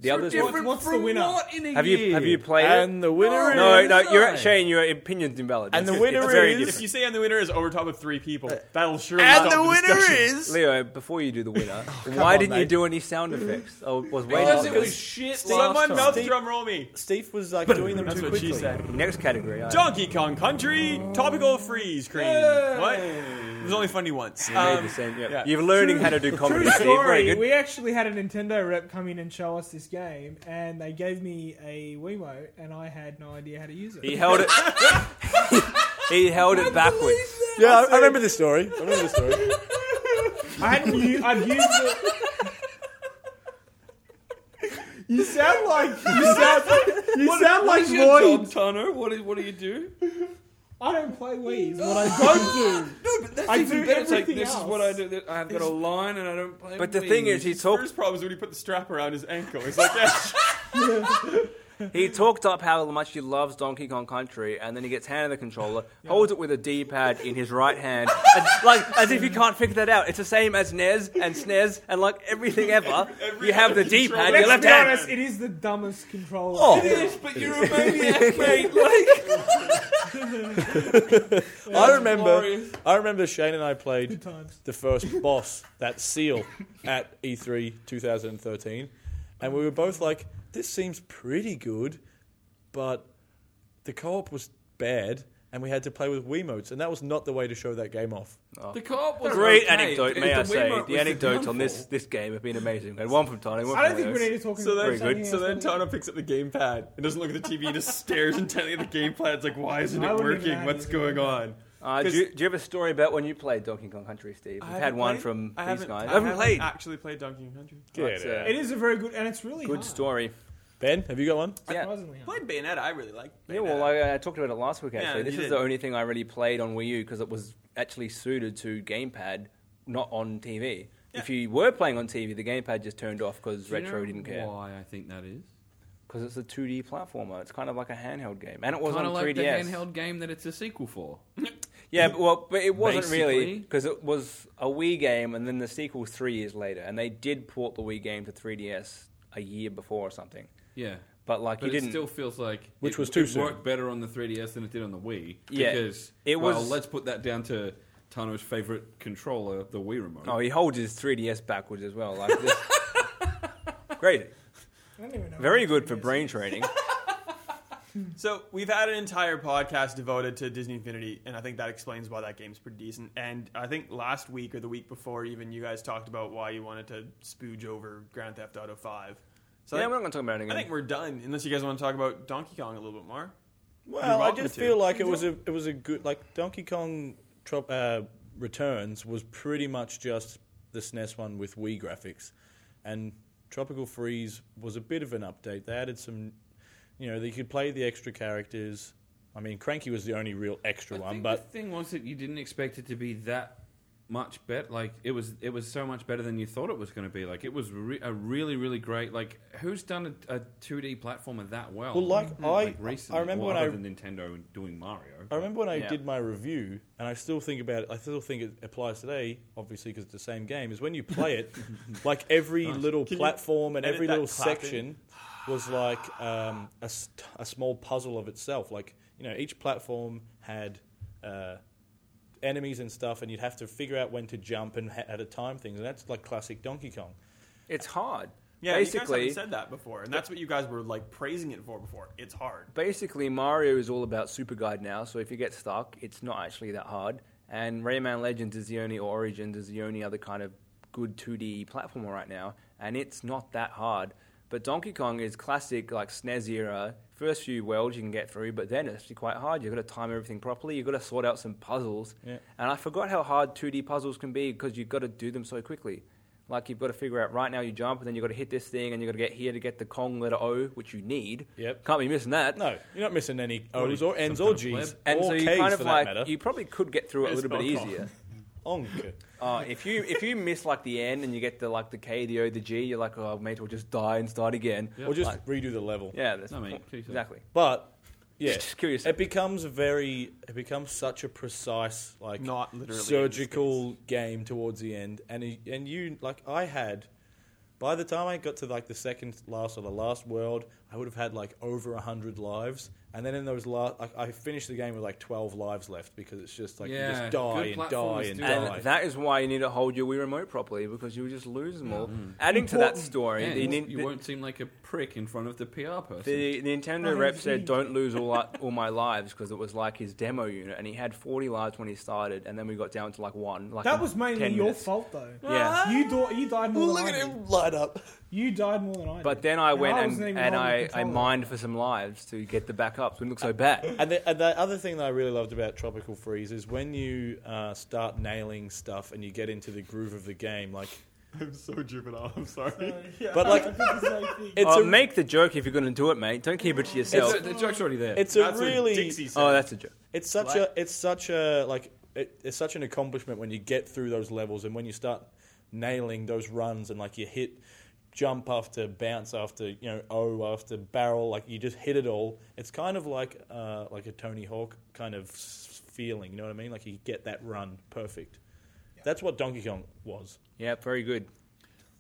Speaker 4: The others.
Speaker 6: different
Speaker 3: what's the
Speaker 6: from
Speaker 3: winner?
Speaker 6: what in a
Speaker 4: Have you
Speaker 6: year? Oh,
Speaker 4: have you played
Speaker 5: And
Speaker 4: it?
Speaker 5: the winner
Speaker 4: No,
Speaker 5: is.
Speaker 4: no. You're
Speaker 6: Inside.
Speaker 4: Shane. Your opinion's invalid.
Speaker 5: And the
Speaker 4: It's-
Speaker 5: winner
Speaker 4: it's very
Speaker 5: is- Uh,
Speaker 1: If
Speaker 4: different.
Speaker 1: you say and the winner is over top of three people, that'll surely
Speaker 5: And
Speaker 1: stop
Speaker 5: the winner
Speaker 1: discussion.
Speaker 5: is.
Speaker 4: Leo, before you do the winner,
Speaker 5: come
Speaker 4: why
Speaker 5: on,
Speaker 4: didn't you
Speaker 5: mate.
Speaker 4: do any sound effects? I was
Speaker 6: Because
Speaker 4: waiting.
Speaker 6: it was shit
Speaker 1: Someone
Speaker 6: last
Speaker 1: mouth
Speaker 6: time.
Speaker 1: drum roll me.
Speaker 5: Steve was like doing them
Speaker 1: That's
Speaker 5: too
Speaker 1: what
Speaker 5: quickly.
Speaker 1: she said.
Speaker 4: Next category. I-
Speaker 1: Donkey Kong Country Topical Freeze Cream. What? It was only funny once.
Speaker 4: I made
Speaker 1: Um,
Speaker 4: the same- yeah.
Speaker 1: yeah.
Speaker 4: You're learning how to do comedy,
Speaker 3: True
Speaker 4: Steve. Very
Speaker 3: story.
Speaker 4: good.
Speaker 3: We actually had a Nintendo rep come in and show us this game, and they gave me a Wiimote, and I had no idea how to use it.
Speaker 4: He held it. he held it backwards.
Speaker 5: Yeah, I, I remember this story. I remember this story.
Speaker 3: I hadn't u- I'd used it. You sound like you sound you sound like
Speaker 6: What's your job,
Speaker 3: Lloyd.
Speaker 6: Tano? What do, what do you
Speaker 3: [LAUGHS]
Speaker 6: do?
Speaker 3: I don't play Wii. Is what I don't do.
Speaker 6: [LAUGHS] No, but that's
Speaker 3: I
Speaker 6: even
Speaker 3: do
Speaker 6: better. It's like,
Speaker 3: everything
Speaker 6: this is
Speaker 3: else.
Speaker 6: what I do. that- I've got a line and I don't play.
Speaker 4: But the thing is, he talked.
Speaker 1: First problem is when he put the strap around his ankle. He's like, yeah.
Speaker 4: He talked up how much he loves Donkey Kong Country, and then he gets handed the controller, holds it with a D-pad in his right hand, and, like as if he can't figure that out. It's the same as NES and SNES, and like everything ever, you have the D-pad
Speaker 1: Let's
Speaker 4: in your
Speaker 3: Let's
Speaker 4: left
Speaker 3: be
Speaker 4: hand.
Speaker 3: honest. It is the dumbest controller.
Speaker 5: Oh.
Speaker 6: Yes, but you're a maniac, mate. Like,
Speaker 5: I remember.
Speaker 6: glorious.
Speaker 5: I remember Shane and I played
Speaker 3: Good times.
Speaker 5: the first boss, that seal, at E E3 2013, and we were both like, "This seems pretty good," but the co-op was bad, and we had to play with Wiimotes, and that was not the way to show that game off.
Speaker 6: the cop was
Speaker 4: Great
Speaker 6: okay.
Speaker 4: anecdote,
Speaker 6: The-
Speaker 4: may
Speaker 6: the
Speaker 4: I say.
Speaker 6: Wiimote was
Speaker 4: The anecdotes on this
Speaker 6: downfall.
Speaker 4: this game have been amazing. We had one from Tony, one from
Speaker 3: I don't think we
Speaker 4: Lewis.
Speaker 3: need to talk
Speaker 1: So
Speaker 3: about
Speaker 1: then,
Speaker 4: Very good.
Speaker 3: something
Speaker 1: so then
Speaker 3: else.
Speaker 1: Tano picks up the gamepad and doesn't look at the TV and just stares intently at the gamepad. It's like, why isn't
Speaker 3: I
Speaker 1: it
Speaker 3: wouldn't even
Speaker 1: working?
Speaker 3: have
Speaker 1: What's
Speaker 3: it.
Speaker 1: going on?
Speaker 4: Uh, do,
Speaker 1: 'Cause-
Speaker 4: you, do you have a story about when you played Donkey Kong Country, Steve?
Speaker 1: I
Speaker 4: We've had
Speaker 1: haven't
Speaker 4: one
Speaker 1: played-
Speaker 4: from
Speaker 1: I
Speaker 4: these
Speaker 1: haven't,
Speaker 4: guys.
Speaker 1: I
Speaker 4: haven't
Speaker 1: haven't
Speaker 4: played.
Speaker 1: Actually played Donkey Kong Country.
Speaker 4: That's,
Speaker 5: Get
Speaker 4: uh,
Speaker 5: out.
Speaker 3: It is a very good, and it's really
Speaker 4: Good
Speaker 3: hard.
Speaker 4: story.
Speaker 5: Ben, have you got one?
Speaker 4: Yeah.
Speaker 3: Surprisingly hard.
Speaker 1: Played Bayonetta. I really like. Bayonetta.
Speaker 4: Yeah,
Speaker 2: uh,
Speaker 4: well, I, I talked about it last week.
Speaker 1: Yeah,
Speaker 4: Actually, this
Speaker 1: you
Speaker 4: is
Speaker 1: did.
Speaker 4: the only thing I really played on Wii U because it was actually suited to gamepad, not on TV. If you were playing on TV, the gamepad just turned off because
Speaker 2: Do you
Speaker 4: retro
Speaker 2: know
Speaker 4: didn't care.
Speaker 2: Why I think that is
Speaker 4: Because it's a 2D platformer. It's kind of like a handheld game, and it was
Speaker 2: kind
Speaker 4: on
Speaker 2: of like
Speaker 4: 3DS.
Speaker 2: the handheld game that it's a sequel for.
Speaker 4: Yeah, but, well, but it wasn't really
Speaker 2: Basically.
Speaker 4: because it was a Wii game, and then the sequel was three years later, and they did port the Wii game to 3DS a year before or something.
Speaker 2: Yeah,
Speaker 4: But like
Speaker 2: but
Speaker 4: you
Speaker 2: it
Speaker 4: didn't.
Speaker 2: still feels like
Speaker 5: Which
Speaker 2: it,
Speaker 5: was too
Speaker 2: it
Speaker 5: soon.
Speaker 2: worked better on the 3DS than it did on the Wii.
Speaker 4: Yeah,
Speaker 2: because
Speaker 4: it
Speaker 2: Well,
Speaker 4: was-
Speaker 2: let's put that down to Tano's favorite controller, the Wii remote.
Speaker 4: Oh, he holds his 3DS backwards as well. Like
Speaker 1: [LAUGHS]
Speaker 4: this. Great,
Speaker 3: I don't even know
Speaker 4: very
Speaker 3: what
Speaker 4: good
Speaker 3: it
Speaker 4: for
Speaker 3: is.
Speaker 4: brain training.
Speaker 1: So we've had an entire podcast devoted to Disney Infinity, and I think that explains why that game's pretty decent. And I think last week or the week before, even you guys talked about why you wanted to spooge over Grand Theft Auto Five. So I
Speaker 4: yeah,
Speaker 1: think-
Speaker 4: we're not going to talk about it
Speaker 1: I
Speaker 4: again.
Speaker 1: think we're done, unless you guys want to talk about Donkey Kong a little bit more.
Speaker 5: Well, I
Speaker 1: welcome
Speaker 5: just
Speaker 1: to.
Speaker 5: feel like it was a it was a good like Donkey Kong Tro- uh, Returns was pretty much just the SNES one with Wii graphics, and Tropical Freeze was a bit of an update. They added some, you know, they could play the extra characters. I mean, Cranky was the only real extra
Speaker 2: I
Speaker 5: one,
Speaker 2: think
Speaker 5: but
Speaker 2: the thing was that you didn't expect it to be that much better. Like it was, it was so much better than you thought it was going to be. Like it was re- a really, really great. Like who's done a, a 2D platformer that well? Hmm.
Speaker 5: Well, like, I- I
Speaker 2: recently,
Speaker 5: remember
Speaker 2: well,
Speaker 5: when
Speaker 2: other
Speaker 5: I-
Speaker 2: than Nintendo doing Mario.
Speaker 5: I remember when I
Speaker 1: Yeah.
Speaker 5: did my review, and I still think about it. I still think it applies today, obviously, because it's the same game. Is when you play it, like every little
Speaker 1: Can you
Speaker 5: platform and
Speaker 1: edit
Speaker 5: every
Speaker 1: that
Speaker 5: little
Speaker 1: clapping?
Speaker 5: section was like um, a, st- a small puzzle of itself. Like you know, each platform had uh, enemies and stuff, and you'd have to figure out when to jump and ha- at a time things. And that's like classic Donkey Kong.
Speaker 4: it's hard.
Speaker 1: Yeah,
Speaker 4: basically,
Speaker 1: you guys haven't said that before, and that's what you guys were like praising it for before. It's hard.
Speaker 4: basically Mario is all about super guide now. So if you get stuck, it's not actually that hard. And Rayman Legends is the only or Origins is the only other kind of good 2D platformer right now, and it's not that hard. But Donkey Kong is classic like SNES era. First few worlds you can get through, but then it's actually quite hard. You've got to time everything properly. You've got to sort out some puzzles.
Speaker 5: Yeah.
Speaker 4: And I forgot how hard 2D puzzles can be because you've got to do them so quickly. Like you've got to figure out right now you jump, and then you've got to hit this thing, and you've got to get here to get the Kong letter O, which you need.
Speaker 5: Yep.
Speaker 4: Can't be missing that.
Speaker 5: No, you're not missing any O's
Speaker 2: Well,
Speaker 5: or N's
Speaker 2: some
Speaker 5: or
Speaker 2: kind of
Speaker 5: G's
Speaker 2: pleb.
Speaker 4: and
Speaker 5: or
Speaker 4: so you
Speaker 5: K's
Speaker 4: kind of
Speaker 5: for
Speaker 4: like
Speaker 5: that matter.
Speaker 4: you probably could get through it a little bit
Speaker 1: Spelled Kong.
Speaker 4: [LAUGHS] easier.
Speaker 5: Onk.
Speaker 4: Uh, if you if you miss like the N and you get the like the K, the O, the G, you're like, oh mate, we'll just die and start again.
Speaker 2: Yeah.
Speaker 5: Or just
Speaker 4: Like-
Speaker 5: redo the level.
Speaker 4: yeah, that's
Speaker 2: No, mate,
Speaker 4: point.
Speaker 2: please don't.
Speaker 4: exactly.
Speaker 5: But yeah,
Speaker 4: Just kill yourself.
Speaker 5: it becomes a very it becomes such a precise like
Speaker 1: Not literally in this
Speaker 5: surgical game towards the end, and y- and you like I had. By the time I got to like the second last or the last world, I would have had like over hundred lives, and then in those last, I, I finished the game with like twelve lives left because it's just like you
Speaker 2: Yeah,
Speaker 5: just die
Speaker 2: good
Speaker 5: and die
Speaker 2: platformers
Speaker 5: and
Speaker 2: do
Speaker 5: die.
Speaker 4: And that is why you need to hold your Wii remote properly because you will just lose them all. Adding to that story,
Speaker 2: Yeah,
Speaker 4: the,
Speaker 2: you,
Speaker 4: nin-
Speaker 2: you won't seem like a prick in front of the PR person.
Speaker 4: the, the
Speaker 3: Oh,
Speaker 4: Nintendo rep
Speaker 3: he's
Speaker 4: said,
Speaker 3: mean.
Speaker 4: "Don't lose all
Speaker 3: [LAUGHS]
Speaker 4: our- all my lives" because it was like his demo unit, and he had 40 lives when he started, and then we got down to like one. Like
Speaker 3: That
Speaker 4: in
Speaker 3: was mainly
Speaker 4: 10
Speaker 3: your
Speaker 4: minutes.
Speaker 3: fault, though.
Speaker 4: Yeah.
Speaker 3: You, do- you died more than I did.
Speaker 5: light up.
Speaker 3: You died more than I did.
Speaker 4: But then I went
Speaker 3: wasn't
Speaker 4: and,
Speaker 3: even
Speaker 4: and
Speaker 3: holding
Speaker 4: I,
Speaker 3: the
Speaker 4: I
Speaker 3: controller.
Speaker 4: mined for some lives to get the back up so it didn't look so [LAUGHS] bad.
Speaker 5: And the, and the other thing that I really loved about Tropical Freeze is when you uh, start nailing stuff and you get into the groove of the game, like
Speaker 1: I'm so juvenile. I'm sorry.
Speaker 3: Yeah,
Speaker 5: But,
Speaker 3: [LAUGHS]
Speaker 5: like-
Speaker 3: I think it's the
Speaker 4: [LAUGHS]
Speaker 3: same thing.
Speaker 5: it's
Speaker 4: Oh,
Speaker 5: a
Speaker 4: make the joke if you're going to do it, mate. Don't keep it to yourself.
Speaker 2: the joke's already there.
Speaker 5: it's a
Speaker 1: That's
Speaker 5: really
Speaker 1: what Dixie said.
Speaker 4: oh, that's a joke.
Speaker 5: it's such a it's such a like it, it's such an accomplishment when you get through those levels and when you start nailing those runs and like you hit jump after bounce after you know O after barrel like you just hit it all. It's kind of like uh, like a Tony Hawk kind of s- feeling. You know what I mean? Like you get that run perfect. That's what Donkey Kong was.
Speaker 4: Yeah, very good.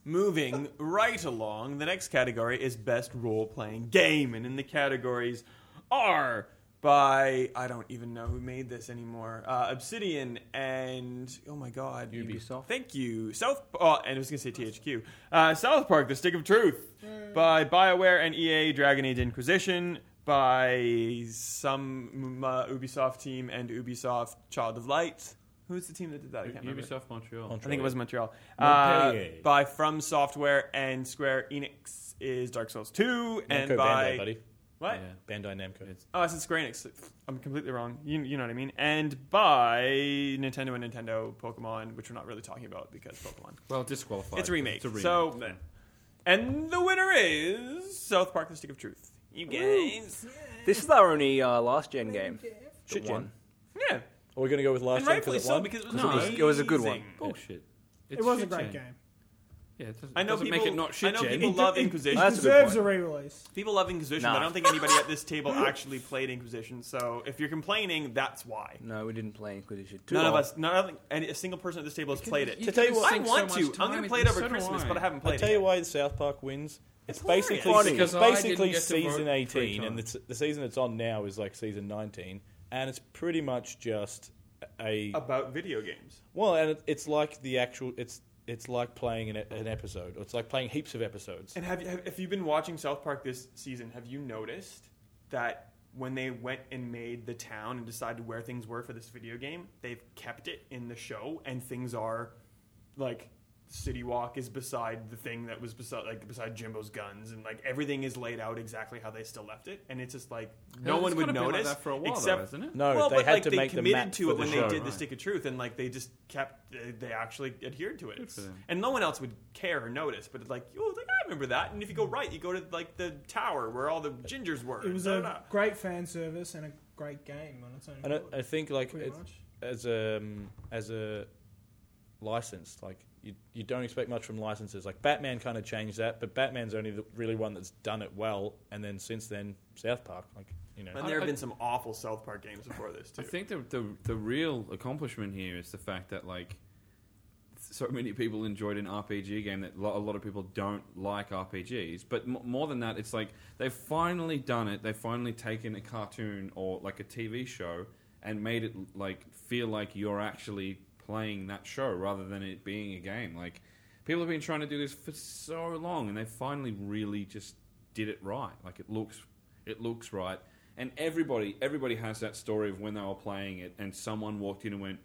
Speaker 1: Moving right along, the next category is best role playing game, and in the categories are by I don't even know who made this anymore. Uh, Obsidian and oh my god,
Speaker 4: Ubisoft.
Speaker 1: Thank you, South. Oh, and I was gonna say THQ. Uh, South Park: The Stick of Truth by Bioware and EA, Dragon Age Inquisition by some uh, Ubisoft team and Ubisoft Child of Light. Who's the team that did that? I can't remember.
Speaker 2: Ubisoft Montreal.
Speaker 5: Montreal.
Speaker 1: I think it was Montreal. Uh,
Speaker 5: Montpellier.
Speaker 1: by From Software and Square Enix is Dark Souls 2, and
Speaker 5: Namco
Speaker 1: by
Speaker 5: Bandai, buddy.
Speaker 1: What?
Speaker 2: Yeah.
Speaker 5: Bandai Namco.
Speaker 1: Oh, I said Square Enix. I'm completely wrong. You, you know what I mean. And by Nintendo and Nintendo Pokemon, which we're not really talking about because Pokemon.
Speaker 2: Well, disqualified.
Speaker 1: It's a remake. So, and the winner is South Park: The Stick of Truth. You guys.
Speaker 4: This is our only uh, last gen game. The
Speaker 5: Shit,
Speaker 4: one.
Speaker 5: Jim.
Speaker 1: Yeah.
Speaker 5: Are we going to go with last
Speaker 1: and
Speaker 5: gen
Speaker 1: rightfully
Speaker 5: it
Speaker 1: so
Speaker 5: won?
Speaker 1: because it was,
Speaker 2: No, it was-
Speaker 1: amazing.
Speaker 4: it was a good one.
Speaker 2: bullshit. It's
Speaker 3: It was a
Speaker 2: shit
Speaker 3: great
Speaker 2: gen.
Speaker 3: game.
Speaker 2: Yeah, it doesn't,
Speaker 1: I know
Speaker 2: doesn't
Speaker 1: people
Speaker 2: make it not shit
Speaker 1: I know
Speaker 2: gen.
Speaker 1: people love
Speaker 3: It- it-
Speaker 1: Inquisition.
Speaker 4: Oh,
Speaker 3: It
Speaker 4: that's a good
Speaker 3: deserves a
Speaker 4: point.
Speaker 3: re-release.
Speaker 1: People love Inquisition,
Speaker 4: Nah.
Speaker 1: but I don't think anybody at this table actually played Inquisition. So if you're complaining, that's why.
Speaker 4: No, we didn't play Inquisition. Too
Speaker 1: None of
Speaker 4: old.
Speaker 1: us, none of any a single person at this table has
Speaker 2: Because
Speaker 1: played
Speaker 2: you-
Speaker 1: it.
Speaker 2: you
Speaker 5: To tell you
Speaker 2: guys
Speaker 5: what-
Speaker 1: I
Speaker 2: sink so
Speaker 1: want
Speaker 2: much
Speaker 1: to. I'm
Speaker 2: time
Speaker 1: going to
Speaker 2: in
Speaker 1: play it
Speaker 2: this.
Speaker 1: over
Speaker 2: So do
Speaker 1: Christmas,
Speaker 2: I.
Speaker 1: but I haven't
Speaker 5: I
Speaker 1: played
Speaker 5: tell
Speaker 1: it.
Speaker 5: you why the South Park wins. It's,
Speaker 1: It's hilarious.
Speaker 5: basically
Speaker 1: Funny.
Speaker 5: it's
Speaker 2: Because I didn't
Speaker 5: basically
Speaker 2: get to vote
Speaker 5: season
Speaker 2: three
Speaker 5: eighteen, and
Speaker 2: times.
Speaker 5: the, the season it's on now is like season nineteen, and it's pretty much just a
Speaker 1: About video games.
Speaker 5: well, and it, it's like the actual it's it's like playing an, e- an episode. It's like playing heaps of episodes.
Speaker 1: And have you, have, if you've been watching South Park this season, have you noticed that when they went and made the town and decided where things were for this video game, they've kept it in the show, and things are like City Walk is beside the thing that was beside like beside Jimbo's guns, and like everything is laid out exactly how they still left it, and it's just like no
Speaker 2: It's
Speaker 1: one would
Speaker 2: gotta be like
Speaker 1: notice
Speaker 2: that for a while, though,
Speaker 1: except
Speaker 2: isn't it?
Speaker 5: No,
Speaker 1: well,
Speaker 5: they
Speaker 1: but
Speaker 5: had
Speaker 1: like
Speaker 5: to
Speaker 1: they
Speaker 5: make the
Speaker 1: committed
Speaker 5: map
Speaker 1: to
Speaker 5: for
Speaker 1: it
Speaker 5: the
Speaker 1: when
Speaker 5: show.
Speaker 1: they did the
Speaker 2: Right.
Speaker 1: Stick of Truth, and like they just kept they- they actually adhered to it,
Speaker 2: for them.
Speaker 1: and no one else would care or notice. But it's like, oh, like I remember that. And if you go right, you go to like the tower where all the gingers were.
Speaker 3: It was
Speaker 1: and
Speaker 3: a
Speaker 1: da-da-da.
Speaker 3: great fan service and a great game on its own.
Speaker 5: And I,
Speaker 3: accord,
Speaker 5: I think like
Speaker 3: pretty
Speaker 5: it's,
Speaker 3: much.
Speaker 5: as a um, as a license, like you you don't expect much from licenses. Like Batman kind of changed that, but Batman's only the really one that's done it well. And then since then, South Park, like you know,
Speaker 1: And
Speaker 2: I-
Speaker 1: there have
Speaker 2: I-
Speaker 1: been some awful South Park games before this too.
Speaker 2: I think the, the the real accomplishment here is the fact that like so many people enjoyed an RPG game that lo- a lot of people don't like RPGs. But m- more than that, it's like they've finally done it. They've finally taken a cartoon or like a TV show and made it like feel like you're actually playing that show rather than it being a game. Like people have been trying to do this for so long, and they finally really just did it right. Like it looks it looks right. And everybody, everybody has that story of when they were playing it, and someone walked in and went,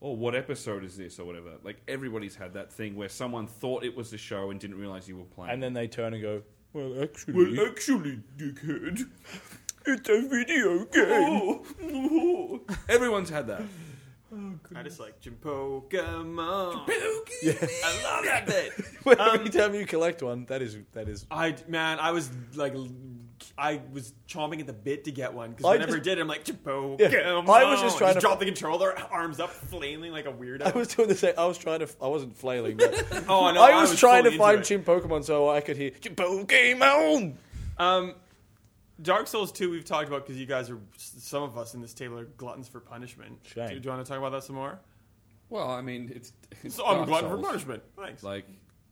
Speaker 2: "Oh, what episode is this?" or whatever. Like everybody's had that thing where someone thought it was the show and didn't realize you were playing.
Speaker 5: and then they turn and go, well, actually, [LAUGHS]
Speaker 2: actually, dickhead,
Speaker 5: it's a video
Speaker 2: everyone's had that.
Speaker 1: [LAUGHS] I just like Jim Pokemon. I love that bit.
Speaker 5: Every time you collect one, that is that is.
Speaker 1: I man, I was like. l- I was chomping at the bit to get one because
Speaker 5: I
Speaker 1: I never
Speaker 5: just-
Speaker 1: did. it. I'm like, Pokemon.
Speaker 5: I was just trying to-
Speaker 1: drop the controller, arms up, flaming like a weirdo.
Speaker 5: [LAUGHS] I was doing the same. I was trying to. I wasn't flailing. But [LAUGHS]
Speaker 1: oh, no,
Speaker 5: I was
Speaker 1: fully
Speaker 5: trying to
Speaker 1: into
Speaker 5: find
Speaker 1: it.
Speaker 5: Chim Pokemon so I could hear Chim Pokemon.
Speaker 1: Um, Dark Souls 2, we've talked about because you guys are, some of us in this table are gluttons for punishment.
Speaker 5: Shame.
Speaker 1: Do, do you want to talk about that some more?
Speaker 2: Well, I mean, it's, it's
Speaker 1: So I'm
Speaker 2: Dark
Speaker 1: glutton for
Speaker 2: Souls.
Speaker 1: punishment. Thanks.
Speaker 2: Like,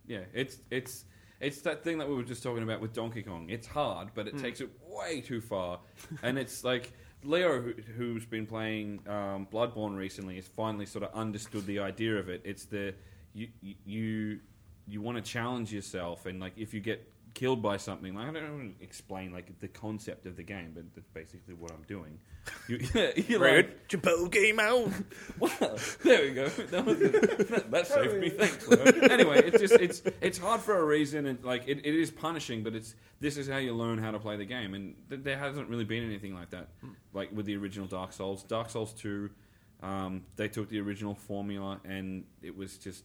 Speaker 2: yeah, it's it's it's that thing that we were just talking about with Donkey Kong. It's hard, but it takes it way too far, and it's like Leo, who, who's been playing um, Bloodborne recently, has finally sort of understood the idea of it. It's the you you you want to challenge yourself, and like if you get killed by something, like I don't want to explain like the concept of the game, but that's basically what I'm doing. You, [LAUGHS] you're like,
Speaker 5: Chim Pokemon.
Speaker 2: well, [LAUGHS] there we go. That, was it. [LAUGHS] that saved me. Thanks. Leo. Anyway, it's just it's it's hard for a reason, and like it, it is punishing. But it's this is how you learn how to play the game, and th- there hasn't really been anything like that, like with the original Dark Souls. Dark Souls two, um, they took the original formula, and it was just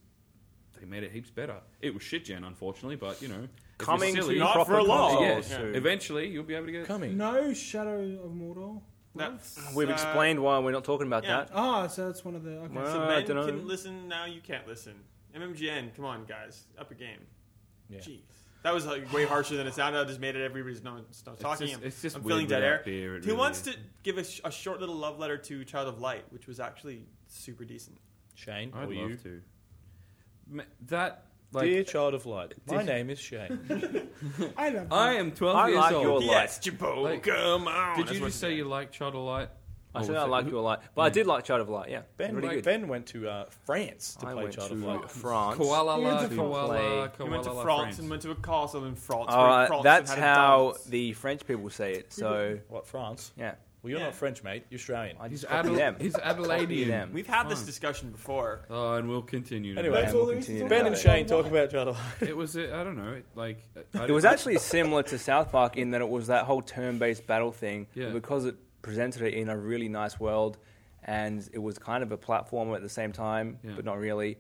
Speaker 2: they made it heaps better. It was shit gen, unfortunately, but you know, if you're
Speaker 4: Coming to
Speaker 2: silly,
Speaker 1: Not for
Speaker 4: proper
Speaker 1: long.
Speaker 4: consoles
Speaker 2: yeah,
Speaker 4: soon.
Speaker 2: eventually you'll be able to get. it.
Speaker 5: Coming.
Speaker 3: no Shadow of Mordor.
Speaker 1: That's,
Speaker 4: [LAUGHS] We've
Speaker 1: uh,
Speaker 4: explained why we're not talking about
Speaker 1: yeah.
Speaker 4: that.
Speaker 3: Ah, so that's one of the. Okay.
Speaker 4: Well,
Speaker 1: So
Speaker 4: Uh, I
Speaker 1: men
Speaker 4: dunno.
Speaker 1: can listen, now you can't listen. MMGN, come on, guys. Up a game.
Speaker 5: Yeah.
Speaker 1: Jeez. That was like, way harsher than it sounded. I just made it everybody's no, it's not
Speaker 2: It's
Speaker 1: talking.
Speaker 2: just-
Speaker 1: I'm-
Speaker 2: it's just
Speaker 1: I'm
Speaker 2: weird
Speaker 1: feeling dead
Speaker 2: without
Speaker 1: air.
Speaker 2: beer, it
Speaker 1: he
Speaker 2: really
Speaker 1: wants
Speaker 2: is.
Speaker 1: to give a, sh- a short little love letter to Child of Light, which was actually super decent.
Speaker 5: Shane,
Speaker 2: I'd
Speaker 5: or
Speaker 2: love
Speaker 5: you?
Speaker 2: to. Ma- That like
Speaker 5: Dear child of light, my
Speaker 2: Dear-
Speaker 5: name is Shane.
Speaker 3: I love. that.
Speaker 2: I am twelve
Speaker 4: I
Speaker 2: years
Speaker 4: like
Speaker 2: old.
Speaker 4: your
Speaker 1: Yes, Jimbo,
Speaker 2: Like,
Speaker 1: come on.
Speaker 2: Did
Speaker 1: That's
Speaker 2: you
Speaker 1: what
Speaker 2: just
Speaker 1: he
Speaker 2: say
Speaker 1: said.
Speaker 2: you like Child of Light?
Speaker 4: I
Speaker 2: Oh,
Speaker 4: said
Speaker 2: was
Speaker 4: I
Speaker 2: it-
Speaker 4: like
Speaker 2: who-
Speaker 4: your light, but I did like Child of Light. Yeah,
Speaker 5: Ben,
Speaker 4: really
Speaker 5: went,
Speaker 4: good.
Speaker 5: ben went to uh, France to
Speaker 4: I
Speaker 5: play
Speaker 4: went
Speaker 5: Child
Speaker 4: to uh,
Speaker 5: of Light.
Speaker 4: France.
Speaker 2: Koala, la,
Speaker 3: Beautiful.
Speaker 2: koala,
Speaker 4: Play.
Speaker 2: koala.
Speaker 1: He went to
Speaker 2: la
Speaker 1: France and
Speaker 2: France.
Speaker 1: went to a castle in France.
Speaker 4: Uh,
Speaker 1: where France
Speaker 4: that's
Speaker 1: had
Speaker 4: how
Speaker 1: adults.
Speaker 4: the French people say it. So
Speaker 5: What France?
Speaker 4: yeah,
Speaker 5: Well, you're
Speaker 1: Yeah.
Speaker 5: not French, mate. You're Australian.
Speaker 4: I
Speaker 2: He's,
Speaker 4: just copied
Speaker 2: Adela-
Speaker 4: them.
Speaker 2: he's
Speaker 4: Copy
Speaker 2: Adelaidean.
Speaker 4: them.
Speaker 1: We've had this
Speaker 2: Fine.
Speaker 1: discussion before.
Speaker 2: Oh, and we'll continue. To
Speaker 5: Anyway.
Speaker 3: That's
Speaker 5: And
Speaker 3: all
Speaker 4: we'll
Speaker 3: there is to
Speaker 4: continue to
Speaker 3: talk
Speaker 5: Ben
Speaker 3: about.
Speaker 5: and Shane
Speaker 3: Well,
Speaker 5: talk about each other.
Speaker 2: that. it was. A, I don't know. It, like I
Speaker 4: It was
Speaker 2: don't-
Speaker 4: actually similar to South Park in that it was that whole turn-based battle thing,
Speaker 2: Yeah.
Speaker 4: but because it presented it in a really nice world, and it was kind of a platformer at the same time,
Speaker 2: Yeah.
Speaker 4: but not really.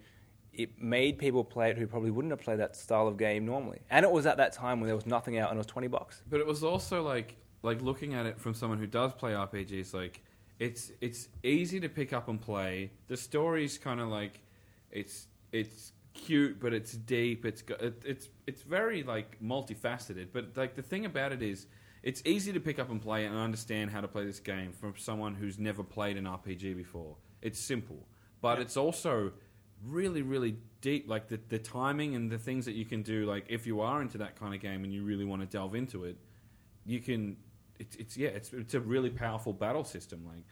Speaker 4: It made people play it who probably wouldn't have played that style of game normally, and it was at that time when there was nothing out and it was twenty bucks.
Speaker 2: But it was also like like looking at it from someone who does play RPGs, like it's it's easy to pick up and play. The story's kind of like it's it's cute, but it's deep. It's go- it, it's it's very like multifaceted. But like the thing about it is. It's easy to pick up and play and understand how to play this game from someone who's never played an RPG before. It's simple, but it's also really really deep like the, the timing and the things that you can do like if you are into that kind of game and you really want to delve into it you can it's, it's yeah it's, it's a really powerful battle system like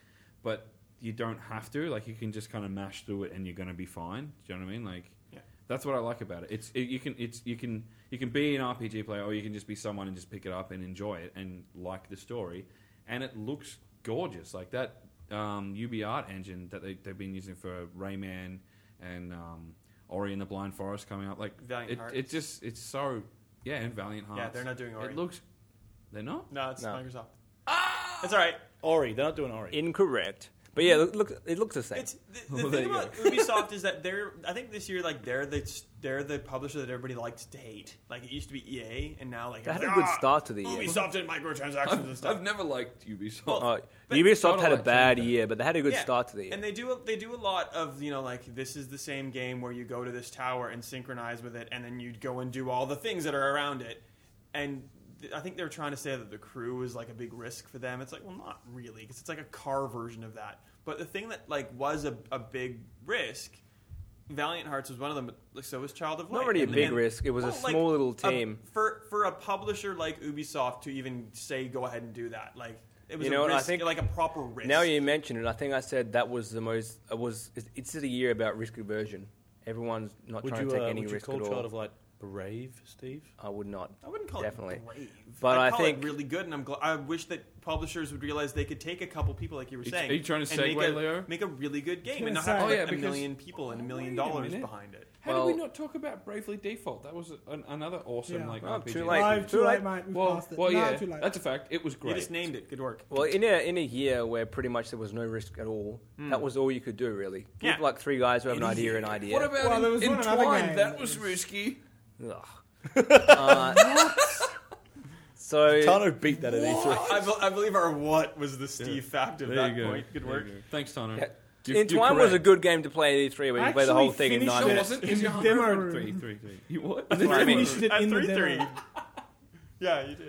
Speaker 2: but you don't have to like you can just kind of mash through it and you're going to be fine do you know what i mean like
Speaker 1: Yeah.
Speaker 2: that's what i like about it it's it, you can it's you can you can be an rpg player or you can just be someone and just pick it up and enjoy it and like the story and it looks gorgeous like that um, ub art engine that they, they've been using for rayman and um, ori and the blind forest coming out like
Speaker 1: Valiant
Speaker 2: it,
Speaker 1: Hearts.
Speaker 2: it just it's so yeah and valiant hearts
Speaker 1: they're not doing Ori.
Speaker 2: it looks they're not
Speaker 1: No, it's
Speaker 4: No.
Speaker 1: Microsoft.
Speaker 2: Ah!
Speaker 1: It's all right.
Speaker 5: Ori, they're not doing Ori.
Speaker 4: Incorrect, but yeah, look, look it looks the same.
Speaker 1: It's
Speaker 2: [LAUGHS]
Speaker 1: the,
Speaker 2: Well,
Speaker 1: the
Speaker 2: there
Speaker 1: thing
Speaker 2: you
Speaker 1: about Ubisoft is that they're. I think this year, like they're the they're the publisher that everybody likes to hate. Like it used to be EA, and now like
Speaker 4: They had a
Speaker 1: everybody's
Speaker 4: good
Speaker 1: like,
Speaker 4: start to the
Speaker 1: "Ah,
Speaker 4: year.
Speaker 1: Ubisoft did microtransactions and
Speaker 2: I've,
Speaker 1: stuff.
Speaker 2: I've never liked Ubisoft.
Speaker 4: Uh,
Speaker 1: but
Speaker 4: Ubisoft
Speaker 2: Total
Speaker 4: had a
Speaker 2: War
Speaker 4: bad
Speaker 2: changed it.
Speaker 4: year, but they had a good
Speaker 1: Yeah.
Speaker 4: start to the year.
Speaker 1: And they do they do a lot of you know like this is the same game where you go to this tower and synchronize with it, and then you go and do all the things that are around it. And th- I think they're trying to say that the crew is like a big risk for them. It's like well, not really, because it's like a car version of that. But the thing that like was a, a big risk. Valiant Hearts was one of them, but like, so was Child of Light.
Speaker 4: Not really a
Speaker 1: And-
Speaker 4: big
Speaker 1: and-
Speaker 4: risk. It was a
Speaker 1: like, um,
Speaker 4: small little
Speaker 1: a-
Speaker 4: team.
Speaker 1: for for a publisher like Ubisoft to even say go ahead and do that, like it was
Speaker 4: You know
Speaker 1: a
Speaker 4: what, I
Speaker 1: risk,
Speaker 4: think-
Speaker 1: like a proper risk.
Speaker 4: Now you mention it, I think I said that was the most. It was it's- it's the year about risk aversion. Everyone's not
Speaker 5: Would
Speaker 4: trying
Speaker 5: you,
Speaker 4: to take
Speaker 5: uh,
Speaker 4: any
Speaker 5: would you
Speaker 4: risk
Speaker 5: call
Speaker 4: at
Speaker 5: Child
Speaker 4: all.
Speaker 5: of Light brave, Steve?
Speaker 4: I would not.
Speaker 1: I wouldn't call
Speaker 4: definitely.
Speaker 1: it brave,
Speaker 4: But
Speaker 1: I'd
Speaker 4: I
Speaker 1: call it
Speaker 4: think-
Speaker 1: really good, and I'm. Gl- I wish that publishers would realize they could take a couple people, like you were
Speaker 2: Are you-
Speaker 1: saying.
Speaker 2: are you trying to
Speaker 1: and make
Speaker 2: segue,
Speaker 1: a,
Speaker 2: Leo?
Speaker 1: Make a really good game
Speaker 3: gonna
Speaker 1: and not
Speaker 3: say-
Speaker 1: have
Speaker 3: Oh,
Speaker 1: like
Speaker 2: yeah,
Speaker 1: a
Speaker 2: because- Oh,
Speaker 1: million people and a million
Speaker 2: Wait a
Speaker 1: dollars
Speaker 2: minute.
Speaker 1: behind it.
Speaker 2: How
Speaker 4: Well-
Speaker 2: did we not talk about Bravely Default? That was an, another awesome
Speaker 3: Yeah.
Speaker 2: like
Speaker 4: Well,
Speaker 2: RPG.
Speaker 4: too late.
Speaker 3: Live,
Speaker 4: Too
Speaker 3: too
Speaker 4: late.
Speaker 3: late, mate. We've
Speaker 2: Well,
Speaker 3: passed it.
Speaker 2: well,
Speaker 3: no,
Speaker 2: yeah,
Speaker 3: too late.
Speaker 2: that's a fact. It was
Speaker 1: You
Speaker 2: great.
Speaker 1: just named it. Good work.
Speaker 4: Well, in a in a year where pretty much there was no risk at all, that was all you could do really. Give
Speaker 1: Yeah.
Speaker 4: like three guys who have an
Speaker 1: In a
Speaker 4: idea,
Speaker 1: year.
Speaker 4: an idea.
Speaker 2: What about
Speaker 3: Well,
Speaker 2: in-
Speaker 3: there was one another
Speaker 2: Entwined?
Speaker 3: game
Speaker 2: That
Speaker 3: that
Speaker 2: was
Speaker 3: was-
Speaker 2: risky.
Speaker 4: Ugh. uh, so
Speaker 5: Tano beat that at E E3.
Speaker 1: I, be- I believe our what was the Steve fact of
Speaker 2: There
Speaker 1: that
Speaker 2: you go.
Speaker 1: point. Good
Speaker 2: There
Speaker 1: work.
Speaker 2: you go. Thanks, Tanner.
Speaker 4: Yeah.
Speaker 2: You- you're
Speaker 4: Entwine was a
Speaker 2: correct.
Speaker 4: good game to play at E3 where you play the
Speaker 3: Actually
Speaker 4: whole thing in
Speaker 3: finished
Speaker 4: nine
Speaker 2: No, it
Speaker 3: it.
Speaker 4: minutes.
Speaker 2: wasn't.
Speaker 3: In
Speaker 2: It was
Speaker 3: the
Speaker 2: 100
Speaker 3: demo
Speaker 2: and
Speaker 3: room.
Speaker 2: three, three, three. You what?
Speaker 4: That's what I mean.
Speaker 3: finished it
Speaker 1: At
Speaker 3: in the
Speaker 1: three three.
Speaker 3: demo.
Speaker 1: [LAUGHS] Yeah, you did.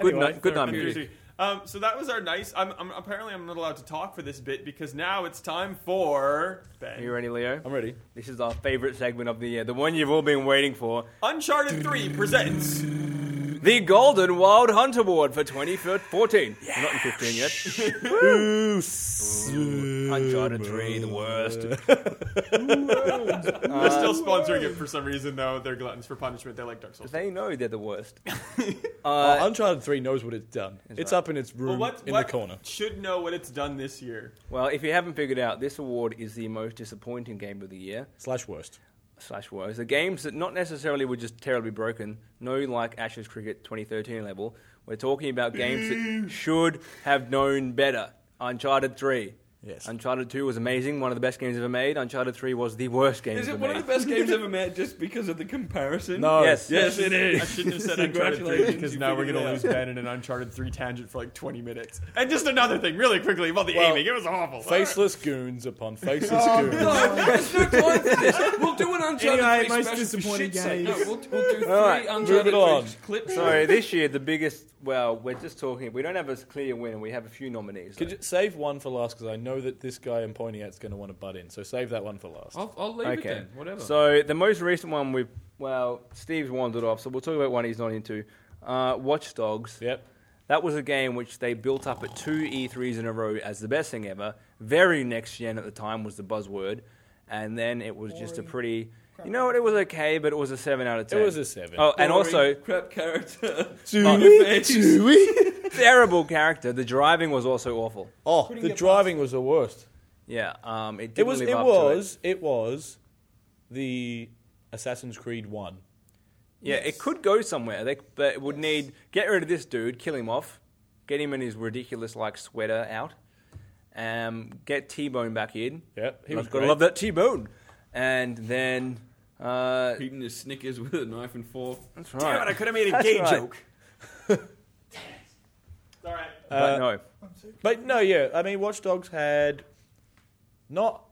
Speaker 4: Good
Speaker 5: Anyway,
Speaker 4: night, good night
Speaker 1: Three,
Speaker 4: music.
Speaker 1: three. Um, so that was our nice. I'm, I'm apparently I'm not allowed to talk for this bit because now it's time for
Speaker 4: Are
Speaker 1: Ben.
Speaker 4: you ready, Leo?
Speaker 5: I'm ready.
Speaker 4: This is our favorite segment of the year, the one you've all been waiting for.
Speaker 1: Uncharted Three presents.
Speaker 4: The Golden Wild Hunt Award for 2014. We're Not in 15 yet. Ooh, Uncharted 3, the worst.
Speaker 1: They're still sponsoring it for some reason, though. They're gluttons for punishment. They like Dark Souls.
Speaker 4: They know they're the worst.
Speaker 5: Uh,
Speaker 4: Uh,
Speaker 5: Uncharted 3 knows what it's done. It's
Speaker 4: right.
Speaker 5: up in its
Speaker 1: Well,
Speaker 5: room
Speaker 1: what,
Speaker 5: in
Speaker 1: what
Speaker 5: the corner.
Speaker 1: should know what it's done this year?
Speaker 4: well, if you haven't figured out, this award is the most disappointing game of the year.
Speaker 5: Slash worst.
Speaker 4: slash woes. The games that not necessarily were just terribly broken, no like Ashes Cricket 2013 level. We're talking about games that should have known better. Uncharted 3.
Speaker 5: Yes.
Speaker 4: Uncharted 2 was amazing, one of the best games ever made. Uncharted 3 was the worst game
Speaker 6: Is
Speaker 4: ever
Speaker 6: it one of
Speaker 4: made.
Speaker 6: the best games
Speaker 1: [LAUGHS]
Speaker 6: ever made just because of the comparison?
Speaker 5: [LAUGHS] No.
Speaker 4: Yes.
Speaker 6: Yes, it
Speaker 1: I
Speaker 6: is.
Speaker 1: shouldn't have said Uncharted 3
Speaker 6: Congratulations,
Speaker 1: because
Speaker 6: you
Speaker 1: now we're
Speaker 6: figured
Speaker 1: going
Speaker 6: it out.
Speaker 1: to lose Ben in an Uncharted 3 tangent for like 20 minutes. And just another thing, really quickly, about the
Speaker 5: Well,
Speaker 1: aiming. It was awful.
Speaker 5: [LAUGHS] Faceless goons upon faceless
Speaker 4: Oh,
Speaker 5: goons.
Speaker 6: No, there's no time for this. We'll do an Uncharted
Speaker 3: Anyway,
Speaker 6: 3
Speaker 3: most
Speaker 6: special for
Speaker 3: disappointing
Speaker 6: shit's sake. No,
Speaker 3: games.
Speaker 6: we'll, we'll do three
Speaker 4: right,
Speaker 6: Uncharted
Speaker 5: moving on.
Speaker 6: 3 clips.
Speaker 4: So this year, the biggest, well, we're just talking, we don't have a clear winner, we have a few nominees.
Speaker 5: Could you save one for last? Because I know that this guy in Pontiac's going to want to butt in. So save that one for last.
Speaker 2: I'll, I'll leave it then. Whatever.
Speaker 4: So the most recent one we've, well, Steve's wandered off, so we'll talk about one he's not into. Uh, Watch Dogs.
Speaker 5: Yep.
Speaker 4: That was a game which they built up at two E3s in a row as the best thing ever. Very next gen at the time was the buzzword, and then it was just a
Speaker 3: Boring.
Speaker 4: pretty. You know what? It was okay, but it was a seven out of ten.
Speaker 2: [LAUGHS]
Speaker 5: Oh, It was a seven.
Speaker 4: Oh, and also,
Speaker 5: [LAUGHS]
Speaker 6: crap character.
Speaker 5: Chewy, Chewy.
Speaker 4: terrible character. The driving was also awful.
Speaker 5: Oh,
Speaker 3: Couldn't
Speaker 5: the
Speaker 3: get past
Speaker 5: driving was the worst.
Speaker 4: Yeah, um, it didn't
Speaker 5: It was.
Speaker 4: Live
Speaker 5: It
Speaker 4: up
Speaker 5: was. It. was the Assassin's Creed one.
Speaker 4: To it. Yeah, it could go somewhere. They, but it would need get rid of this dude, kill him off, get him in his ridiculous like sweater out, um, get T Bone back in.
Speaker 5: Yep, he
Speaker 4: I've
Speaker 5: was
Speaker 4: gotta
Speaker 5: great.
Speaker 4: love that T Bone. And then uh,
Speaker 2: Eating his Snickers with a knife and fork.
Speaker 4: that's right.
Speaker 1: Damn it, I could have made a
Speaker 4: That's
Speaker 1: gay
Speaker 4: right.
Speaker 1: joke.
Speaker 3: All right.
Speaker 4: but
Speaker 5: Uh,
Speaker 4: no,
Speaker 5: But no, yeah. I mean, Watch Dogs had not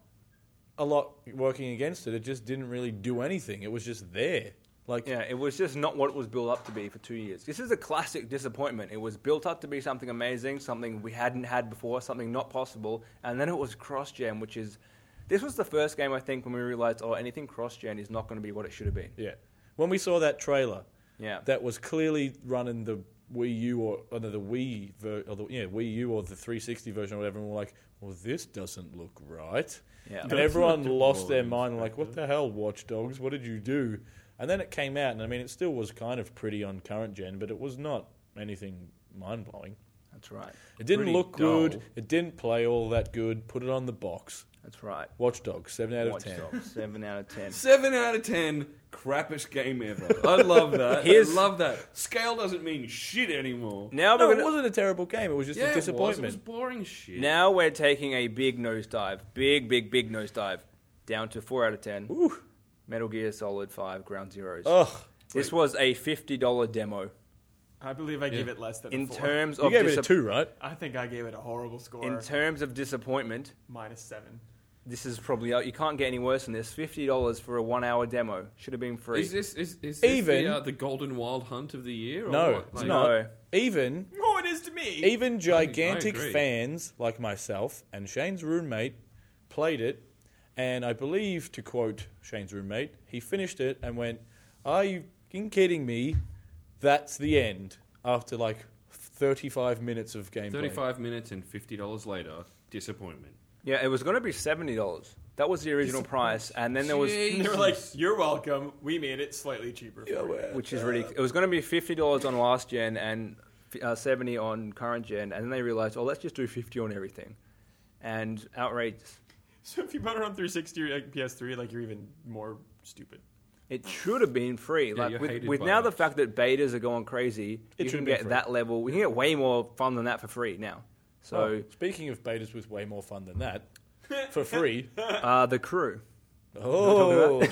Speaker 5: a lot working against it. It just didn't really do anything. It was just there. Like
Speaker 4: Yeah, it was just not what it was built up to be for two years. This is a classic disappointment. It was built up to be something amazing, something we hadn't had before, something not possible, and then it was cross gen, which is this was the first game I think when we realized, oh, anything cross gen is not going to be what it should have been.
Speaker 5: Yeah. When we saw that trailer,
Speaker 4: Yeah.
Speaker 5: that was clearly running the Wii U or, or no, the Wii ver- or the yeah Wii U or the 360 version or whatever, and we're like, well, this doesn't look right.
Speaker 4: Yeah.
Speaker 5: And
Speaker 4: That's
Speaker 5: everyone
Speaker 2: not
Speaker 5: lost their
Speaker 2: what I
Speaker 5: mind, like, what the hell, Watch Dogs? What did you do? And then it came out, and I mean, it still was kind of pretty on current gen, but it was not anything mind blowing.
Speaker 4: That's right.
Speaker 5: It didn't
Speaker 2: Pretty
Speaker 5: look
Speaker 2: dull.
Speaker 5: good. It didn't play all that good. Put it on the box.
Speaker 4: That's right.
Speaker 5: Watch Dogs, seven out of
Speaker 4: Watch
Speaker 5: ten.
Speaker 4: Dogs, seven out of ten.
Speaker 2: Seven out of ten, crappish game ever. I love that.
Speaker 4: Here's-
Speaker 2: I love that. Scale doesn't mean shit anymore.
Speaker 4: Now
Speaker 5: No,
Speaker 4: we're
Speaker 5: it
Speaker 4: gonna,
Speaker 5: wasn't a terrible game. It was just
Speaker 2: yeah,
Speaker 5: a
Speaker 2: it was. It
Speaker 5: disappointment.
Speaker 2: was boring shit.
Speaker 4: now we're taking a big nosedive, big, big, big nosedive, down to four out of ten.
Speaker 5: Ooh. Oh.
Speaker 4: Metal Gear Solid Five Ground Zeroes.
Speaker 5: Ugh.
Speaker 4: This was a fifty dollar demo.
Speaker 1: I believe I gave it less than
Speaker 4: In
Speaker 1: a four.
Speaker 4: terms
Speaker 5: You
Speaker 4: of
Speaker 5: gave it a
Speaker 4: disap-
Speaker 5: two, right?
Speaker 1: I think I gave it a horrible
Speaker 4: in
Speaker 1: score.
Speaker 4: terms of disappointment,
Speaker 1: minus seven.
Speaker 4: this is probably you can't get any worse than this. Fifty dollars for a one-hour demo should have been free.
Speaker 2: Is this is, is this
Speaker 5: Even-
Speaker 2: the, uh, the golden wild hunt of the year? Or
Speaker 5: No,
Speaker 2: what?
Speaker 5: it's
Speaker 2: Like-
Speaker 5: not.
Speaker 4: No.
Speaker 5: Even
Speaker 1: Oh, it is to me.
Speaker 5: even gigantic
Speaker 2: I agree.
Speaker 5: fans like myself and Shane's roommate played it, and I believe to quote Shane's roommate, he finished it and went, "Are you fucking kidding me? That's the end." After like thirty-five minutes of gameplay,
Speaker 2: 35 minutes and $50 later, disappointment.
Speaker 4: yeah, it was going to be seventy dollars. That was the original price, and then there was,
Speaker 2: Jeez.
Speaker 1: And they were like, "You're welcome. We made it slightly cheaper." For you.
Speaker 4: which is really, it was going to be fifty dollars on last gen and f- uh, seventy on current gen, and then they realized, oh, let's just do fifty on everything, and outrageous.
Speaker 1: So if you bought it on 360 or like, PS3, like you're even more stupid.
Speaker 4: It should have been free.
Speaker 2: Yeah,
Speaker 4: like
Speaker 2: you're
Speaker 4: with,
Speaker 2: hated
Speaker 4: with
Speaker 2: by
Speaker 4: now
Speaker 2: that.
Speaker 4: the fact that betas are going crazy,
Speaker 5: It
Speaker 4: you can
Speaker 5: should have been
Speaker 4: get
Speaker 5: free.
Speaker 4: that level. We can get way more fun than that for free now. So
Speaker 5: Oh, speaking of betas with way more fun than that, for free.
Speaker 4: uh, the crew.
Speaker 5: oh,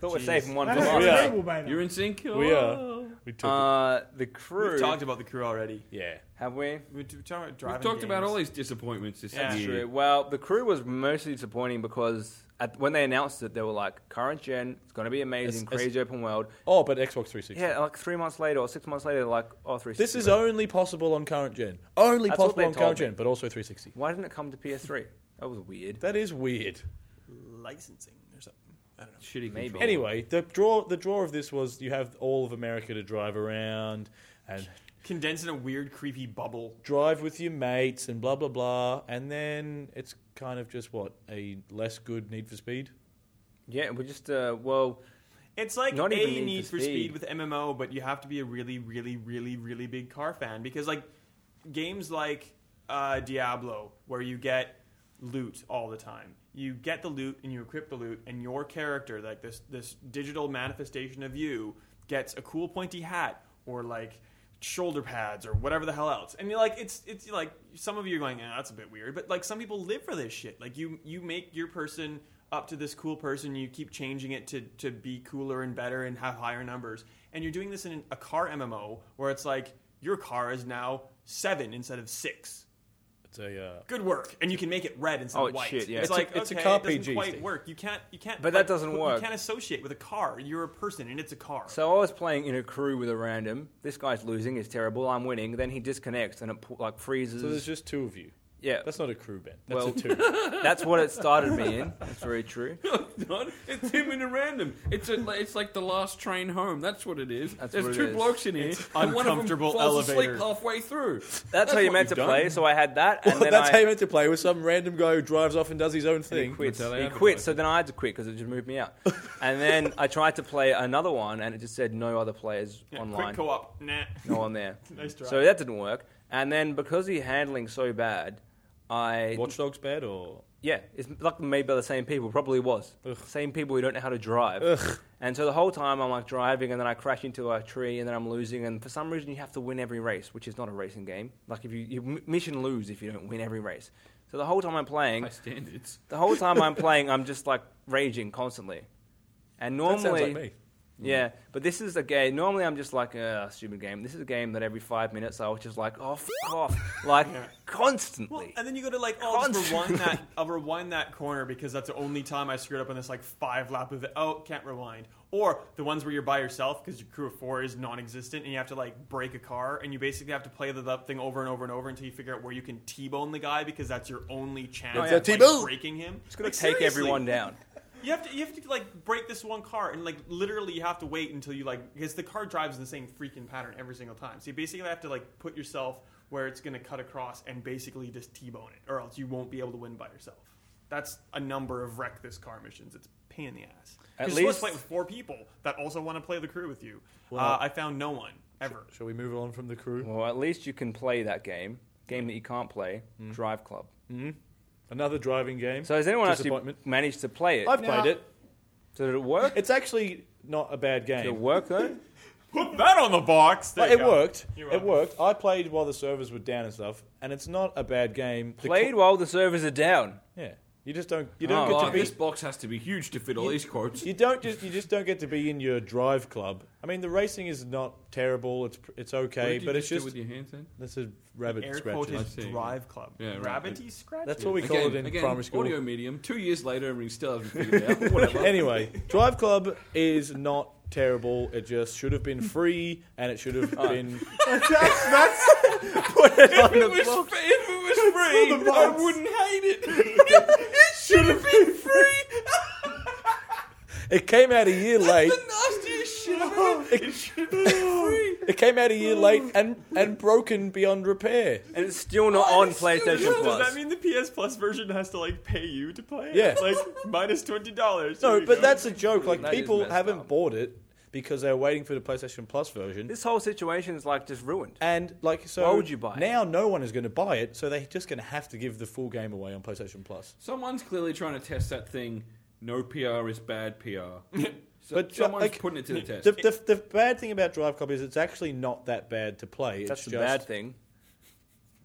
Speaker 4: Thought we're saving
Speaker 5: [LAUGHS]
Speaker 4: one Uh,
Speaker 3: That
Speaker 4: for
Speaker 3: is a
Speaker 5: Yeah.
Speaker 4: last.
Speaker 3: terrible beta.
Speaker 2: You're in sync?
Speaker 5: we
Speaker 2: Oh.
Speaker 5: are. We took
Speaker 4: Uh, the crew.
Speaker 1: We've talked about the crew already.
Speaker 5: it. Yeah.
Speaker 4: have we?
Speaker 1: We're t- talking about
Speaker 2: We've
Speaker 1: driving.
Speaker 2: talked about
Speaker 1: games.
Speaker 2: all these disappointments this
Speaker 1: Yeah. That's
Speaker 2: year.
Speaker 4: True. Well, the crew was mostly disappointing because at, when they announced it, they were like, "Current gen, it's going to be amazing,
Speaker 5: It's- it's-
Speaker 4: crazy open world."
Speaker 5: Oh, but Xbox 360.
Speaker 4: Yeah, like three months later or six months later, they're like, "Oh, three.
Speaker 5: This is only possible on current gen. Only
Speaker 4: That's what
Speaker 5: possible
Speaker 4: they
Speaker 5: on
Speaker 4: told
Speaker 5: current
Speaker 4: me.
Speaker 5: gen, but also 360.
Speaker 4: Why didn't it come to PS3? That was weird.
Speaker 5: That is weird.
Speaker 1: licensing or something. I don't know.
Speaker 2: Shitty
Speaker 4: Maybe.
Speaker 2: control.
Speaker 5: Anyway, the draw the draw of this was you have all of America to drive around and
Speaker 1: Condensed in a weird, creepy bubble.
Speaker 5: drive with your mates and blah blah blah, and then it's kind of just what a less good Need for Speed.
Speaker 4: Yeah, we just uh, well,
Speaker 1: It's like
Speaker 4: Not
Speaker 1: a
Speaker 4: even
Speaker 1: Need, for speed. with MMO, but you have to be a really, really, really, really big car fan because like games like uh, Diablo, where you get loot all the time. You get the loot and you equip the loot, and your character, like this this digital manifestation of you, gets a cool pointy hat or like shoulder pads or whatever the hell else. And you're like, it's it's like some of you are going, eh, that's a bit weird, but like some people live for this shit. Like you you make your person up to this cool person, you keep changing it to to be cooler and better and have higher numbers. And you're doing this in a car MMO where it's like your car is now seven instead of six.
Speaker 5: It's a uh,
Speaker 1: Good work, and you can make it red instead
Speaker 4: Oh,
Speaker 1: of white.
Speaker 4: shit, yeah.
Speaker 1: It's,
Speaker 4: It's a-
Speaker 1: like
Speaker 5: it's a
Speaker 1: okay,
Speaker 5: car
Speaker 1: it doesn't
Speaker 5: PG,
Speaker 1: quite
Speaker 5: Steve.
Speaker 1: work. You can't, you can't.
Speaker 4: But that
Speaker 1: like,
Speaker 4: doesn't
Speaker 1: put-
Speaker 4: work.
Speaker 1: You can't associate with a car. You're a person, and it's a car.
Speaker 4: So I was playing in a crew with a random. This guy's losing. It's terrible. I'm winning. Then he disconnects and it pu- like freezes.
Speaker 5: so there's just two of you.
Speaker 4: yeah,
Speaker 5: That's not a crew band. That's
Speaker 4: Well-
Speaker 5: a
Speaker 4: [LAUGHS]
Speaker 5: two.
Speaker 4: that's what it started me in. That's very
Speaker 5: [LAUGHS]
Speaker 4: true.
Speaker 2: [LAUGHS] Not- it's him in a random. It's a, it's like the last train home. That's what it is.
Speaker 4: That's
Speaker 2: There's
Speaker 4: what it
Speaker 2: two
Speaker 4: is.
Speaker 2: blokes in here, and one of them
Speaker 1: uncomfortable
Speaker 2: falls
Speaker 1: elevator.
Speaker 2: asleep halfway through.
Speaker 4: That's, how you
Speaker 2: what
Speaker 4: meant to
Speaker 2: you've done.
Speaker 4: play. So I had
Speaker 5: [LAUGHS]
Speaker 4: that, and then
Speaker 5: That's
Speaker 4: I
Speaker 5: how you meant to play with some random guy who drives off and does his own
Speaker 4: he
Speaker 5: thing.
Speaker 4: quits.
Speaker 2: That's how they
Speaker 4: He
Speaker 2: advertise
Speaker 4: quit.
Speaker 2: it.
Speaker 4: So then I had to quit because it just moved me
Speaker 5: [LAUGHS]
Speaker 4: out. and then I tried to play another one, and it just said no other players
Speaker 1: Yeah,
Speaker 4: online,
Speaker 1: Quick co-op. Nah.
Speaker 4: no one there.
Speaker 1: [LAUGHS] Nice try.
Speaker 4: So that didn't work. And then because the handling's so bad, I
Speaker 5: Watch Dogs bad or
Speaker 4: yeah, it's like made by the same people. Probably was same people who don't know how to drive. And so the whole time I'm like driving, and then I crash into a tree, and then I'm losing. And for some reason, you have to win every race, which is not a racing game. Like if you, you m- mission lose if you don't win every race. So the whole time I'm playing,
Speaker 2: High standards.
Speaker 4: the whole time I'm playing, I'm just like raging constantly. And
Speaker 5: that sounds
Speaker 4: normally,
Speaker 5: like me.
Speaker 4: yeah, but this is a game. Normally, I'm just like a stupid game. This is a game that every five minutes I was just like, oh f-
Speaker 1: [LAUGHS]
Speaker 4: off, like
Speaker 1: Well,
Speaker 4: constantly.
Speaker 1: and then you go to like, oh, I'll just
Speaker 4: Constantly.
Speaker 1: rewind
Speaker 4: [LAUGHS]
Speaker 1: that. I'll rewind that corner because that's the only time I screwed up on this like five lap of it. Oh, can't rewind. Or the ones where you're by yourself because your crew of four is non-existent and you have to like break a car and you basically have to play the lap thing over and over and over until you figure out where you can T-bone the guy because that's your only chance
Speaker 4: Oh, yeah.
Speaker 1: of like,
Speaker 4: T-bone.
Speaker 1: breaking him.
Speaker 4: It's gonna
Speaker 1: Like,
Speaker 4: take
Speaker 1: seriously.
Speaker 4: everyone down.
Speaker 1: You have to you have to like break this one car and like literally you have to wait until you like because the car drives in the same freaking pattern every single time. So you basically have to like put yourself where it's going to cut across and basically just T-bone it or else you won't be able to win by yourself. That's a number of wreck this car missions. It's a pain in the ass. At
Speaker 4: At
Speaker 1: least you're supposed
Speaker 4: least-
Speaker 1: to play with four people that also want to play the crew with you. uh,
Speaker 5: Well-
Speaker 1: I found no one ever.
Speaker 5: Shall we move on from the crew?
Speaker 4: Well, at least you can play that game. Game that you can't play,
Speaker 5: Hmm.
Speaker 4: Drive Club.
Speaker 5: Another driving game.
Speaker 4: So has anyone actually
Speaker 5: Disappointment.
Speaker 4: managed to play it?
Speaker 5: I've
Speaker 3: Nah.
Speaker 5: played it.
Speaker 4: Did it work?
Speaker 5: It's actually not a bad
Speaker 4: Did it
Speaker 5: game.
Speaker 4: work though?
Speaker 1: Put that on the box. There
Speaker 5: Like,
Speaker 1: you
Speaker 5: it
Speaker 1: go.
Speaker 5: worked.
Speaker 1: You're
Speaker 5: It
Speaker 1: welcome.
Speaker 5: worked. I played while the servers were down and stuff, and it's not a bad game. The
Speaker 4: Played
Speaker 5: co-
Speaker 4: while the servers are down.
Speaker 5: yeah. You just don't. You
Speaker 4: Oh,
Speaker 5: don't get
Speaker 2: God,
Speaker 5: to be.
Speaker 2: this box has to be huge to fit all these quotes.
Speaker 5: [LAUGHS] You don't just. You just don't get to be in your drive club. I mean, the racing is not terrible. It's pr- it's
Speaker 2: What
Speaker 5: okay,
Speaker 2: did you
Speaker 5: but it's
Speaker 2: do
Speaker 5: just.
Speaker 2: with your hands then?
Speaker 5: This is rabbit
Speaker 1: Air
Speaker 5: scratches.
Speaker 2: I
Speaker 5: [LAUGHS]
Speaker 1: quoted
Speaker 2: see.
Speaker 1: drive club.
Speaker 2: Yeah, right.
Speaker 1: Rabbity scratch.
Speaker 5: That's
Speaker 1: [LAUGHS]
Speaker 5: what we call it in primary school.
Speaker 2: Audio medium. Two years later, and we still haven't figured it [LAUGHS] out. Whatever.
Speaker 5: anyway, Drive Club is not terrible. It just should have been free, and it should have
Speaker 4: Oh.
Speaker 5: been.
Speaker 2: if, it was, f- if it was free, I wouldn't hate it.
Speaker 5: should have been free. it came out a year late.
Speaker 4: [LAUGHS]
Speaker 2: Nastiest shit I've ever
Speaker 5: It came out a
Speaker 4: Oh.
Speaker 5: year late and and broken beyond repair.
Speaker 4: And it's still not on PlayStation
Speaker 1: Does that
Speaker 4: Plus.
Speaker 1: mean the PS Plus version has to like pay you to play it?
Speaker 5: Yeah.
Speaker 1: like minus twenty dollars.
Speaker 5: No, but that's a joke. Like
Speaker 4: That is
Speaker 5: people
Speaker 4: messed
Speaker 5: haven't
Speaker 4: up.
Speaker 5: bought it because they're waiting for the PlayStation Plus version.
Speaker 4: This whole situation is like just ruined.
Speaker 5: And like so,
Speaker 4: Why would you buy it?
Speaker 5: now? No one is going to buy it, so they're just going to have to give the full game away on PlayStation Plus.
Speaker 2: Someone's clearly trying to test that thing. No PR is bad PR. So
Speaker 5: [LAUGHS] But, uh,
Speaker 2: someone's
Speaker 5: like,
Speaker 2: putting it to the test.
Speaker 5: The, the, the bad thing about Drive Club is it's actually not that bad to play. It's
Speaker 4: That's the
Speaker 5: just,
Speaker 4: bad thing.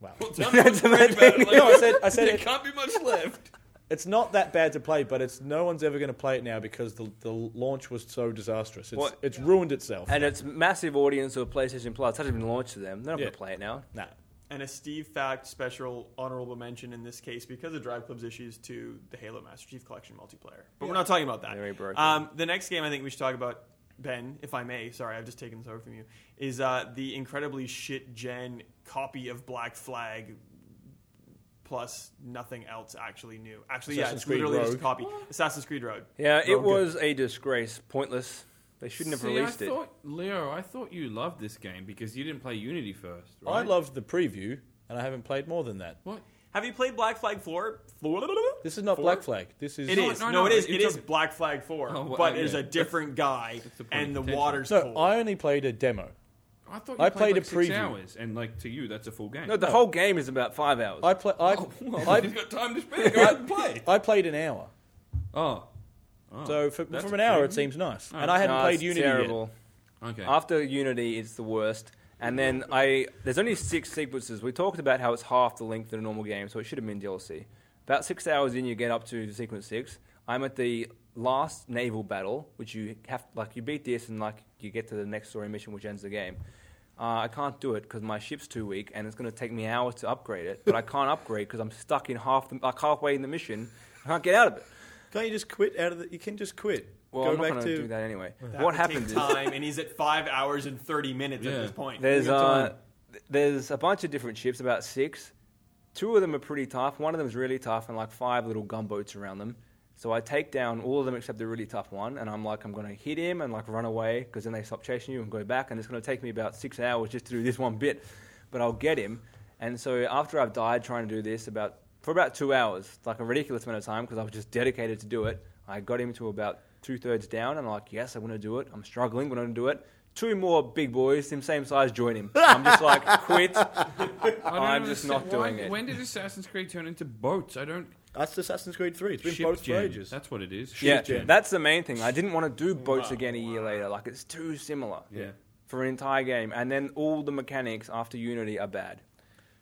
Speaker 5: Wow.
Speaker 4: That's the bad thing.
Speaker 5: no, I said,
Speaker 4: [LAUGHS]
Speaker 5: I said
Speaker 2: there
Speaker 5: it,
Speaker 2: can't be [LAUGHS] much left.
Speaker 5: it's not that bad to play, but it's no one's ever going to play it now because the, the launch was so disastrous. It's,
Speaker 4: What-
Speaker 5: it's ruined itself.
Speaker 4: And it's massive audience of PlayStation Plus. Hasn't even launched to them. They're not
Speaker 5: Yeah.
Speaker 4: gonna play it now.
Speaker 5: nah.
Speaker 1: and a Steve Fact special honorable mention in this case because of Drive Club's issues to the Halo Master Chief Collection multiplayer. But we're not talking about that.
Speaker 4: Very broken.
Speaker 1: Um, the next game I think we should talk about, Ben, if I may. Sorry, I've just taken this over from you. Is uh, the incredibly shit gen copy of Black Flag. Plus nothing else actually new. Actually, yeah,
Speaker 5: Assassin's
Speaker 1: it's
Speaker 5: Creed
Speaker 1: literally just a
Speaker 5: Rogue.
Speaker 1: copy. Assassin's Creed Road.
Speaker 4: Yeah, it
Speaker 5: Rogue.
Speaker 4: was a disgrace. Pointless. They shouldn't have
Speaker 2: See,
Speaker 4: released
Speaker 2: I
Speaker 4: it.
Speaker 2: thought, Leo, I thought you loved this game because you didn't play Unity first. Right?
Speaker 5: I loved the preview, and I haven't played more than that.
Speaker 2: What?
Speaker 1: Have you played Black Flag Four?
Speaker 5: This is not
Speaker 1: Four?
Speaker 5: Black Flag. This is
Speaker 1: It
Speaker 2: No,
Speaker 1: is.
Speaker 2: no,
Speaker 1: No,
Speaker 2: no,
Speaker 1: it is.
Speaker 2: you're
Speaker 1: It is
Speaker 2: talking-
Speaker 1: Black Flag Four,
Speaker 2: Oh, well,
Speaker 1: but
Speaker 2: yeah.
Speaker 1: there's a different guy,
Speaker 2: the point
Speaker 1: and the
Speaker 2: of contention.
Speaker 1: water's
Speaker 5: No,
Speaker 1: cold.
Speaker 5: I only played a demo.
Speaker 2: I thought you
Speaker 5: I
Speaker 2: played,
Speaker 5: played
Speaker 2: like
Speaker 5: a
Speaker 2: six
Speaker 5: preview.
Speaker 2: hours, and like to you, that's a full game.
Speaker 4: No, the whole game is about five hours.
Speaker 5: I play. I,
Speaker 2: [LAUGHS] You've
Speaker 5: I,
Speaker 2: got time to spare. Go out and play.
Speaker 5: I played an hour.
Speaker 2: Oh. Oh,
Speaker 5: so for,
Speaker 2: that's
Speaker 5: from an hour, it
Speaker 2: preview?
Speaker 5: seems nice.
Speaker 2: Oh.
Speaker 5: and I hadn't
Speaker 4: No,
Speaker 5: played
Speaker 4: it's
Speaker 5: Unity
Speaker 4: terrible.
Speaker 2: Okay.
Speaker 4: After Unity, it's the worst. And then I there's only six sequences. We talked about how it's half the length of a normal game, so it should have been DLC. About six hours in, you get up to sequence six. I'm at the last naval battle, which you have like you beat this, and like you get to the next story mission, which ends the game. Uh, I can't do it because my ship's too weak, and it's going to take me hours to upgrade it. But I can't upgrade because I'm stuck in half the, like halfway in the mission. I can't get out of it.
Speaker 5: yet. Can't you just quit out of the? You can just quit.
Speaker 4: Well,
Speaker 5: Go
Speaker 4: I'm not
Speaker 5: back
Speaker 4: going
Speaker 5: to
Speaker 4: do that anyway.
Speaker 1: That
Speaker 4: what
Speaker 1: would take
Speaker 4: happens is
Speaker 1: time, and he's at five hours and thirty minutes
Speaker 2: Yeah.
Speaker 1: at this point.
Speaker 4: There's
Speaker 2: Bring it
Speaker 4: uh,
Speaker 2: on.
Speaker 4: th- there's a bunch of different ships, about six. Two of them are pretty tough. One of them is really tough, and like five little gunboats around them. So I take down all of them except the really tough one, and I'm like, I'm gonna hit him and like run away because then they stop chasing you and go back, and it's gonna take me about six hours just to do this one bit, but I'll get him. And so after I've died trying to do this about for about two hours, like a ridiculous amount of time because I was just dedicated to do it. I got him to about two thirds down, and I'm like, yes, I'm gonna do it. I'm struggling, but I'm gonna do it. two more big boys, the same size, join him. I'm just like, quit.
Speaker 2: I don't
Speaker 4: I'm just
Speaker 2: understand-
Speaker 4: not
Speaker 2: why-
Speaker 4: doing it.
Speaker 2: When did Assassin's Creed turn into boats? I don't.
Speaker 5: That's Assassin's Creed 3. It's been
Speaker 2: Ship
Speaker 5: both for
Speaker 2: gen.
Speaker 5: ages.
Speaker 2: That's what it is.
Speaker 4: yeah,
Speaker 5: gen.
Speaker 4: that's the main thing. I didn't want to do boats again a year later. Like it's too similar
Speaker 2: Yeah.
Speaker 4: for an entire game, and then all the mechanics after Unity are bad.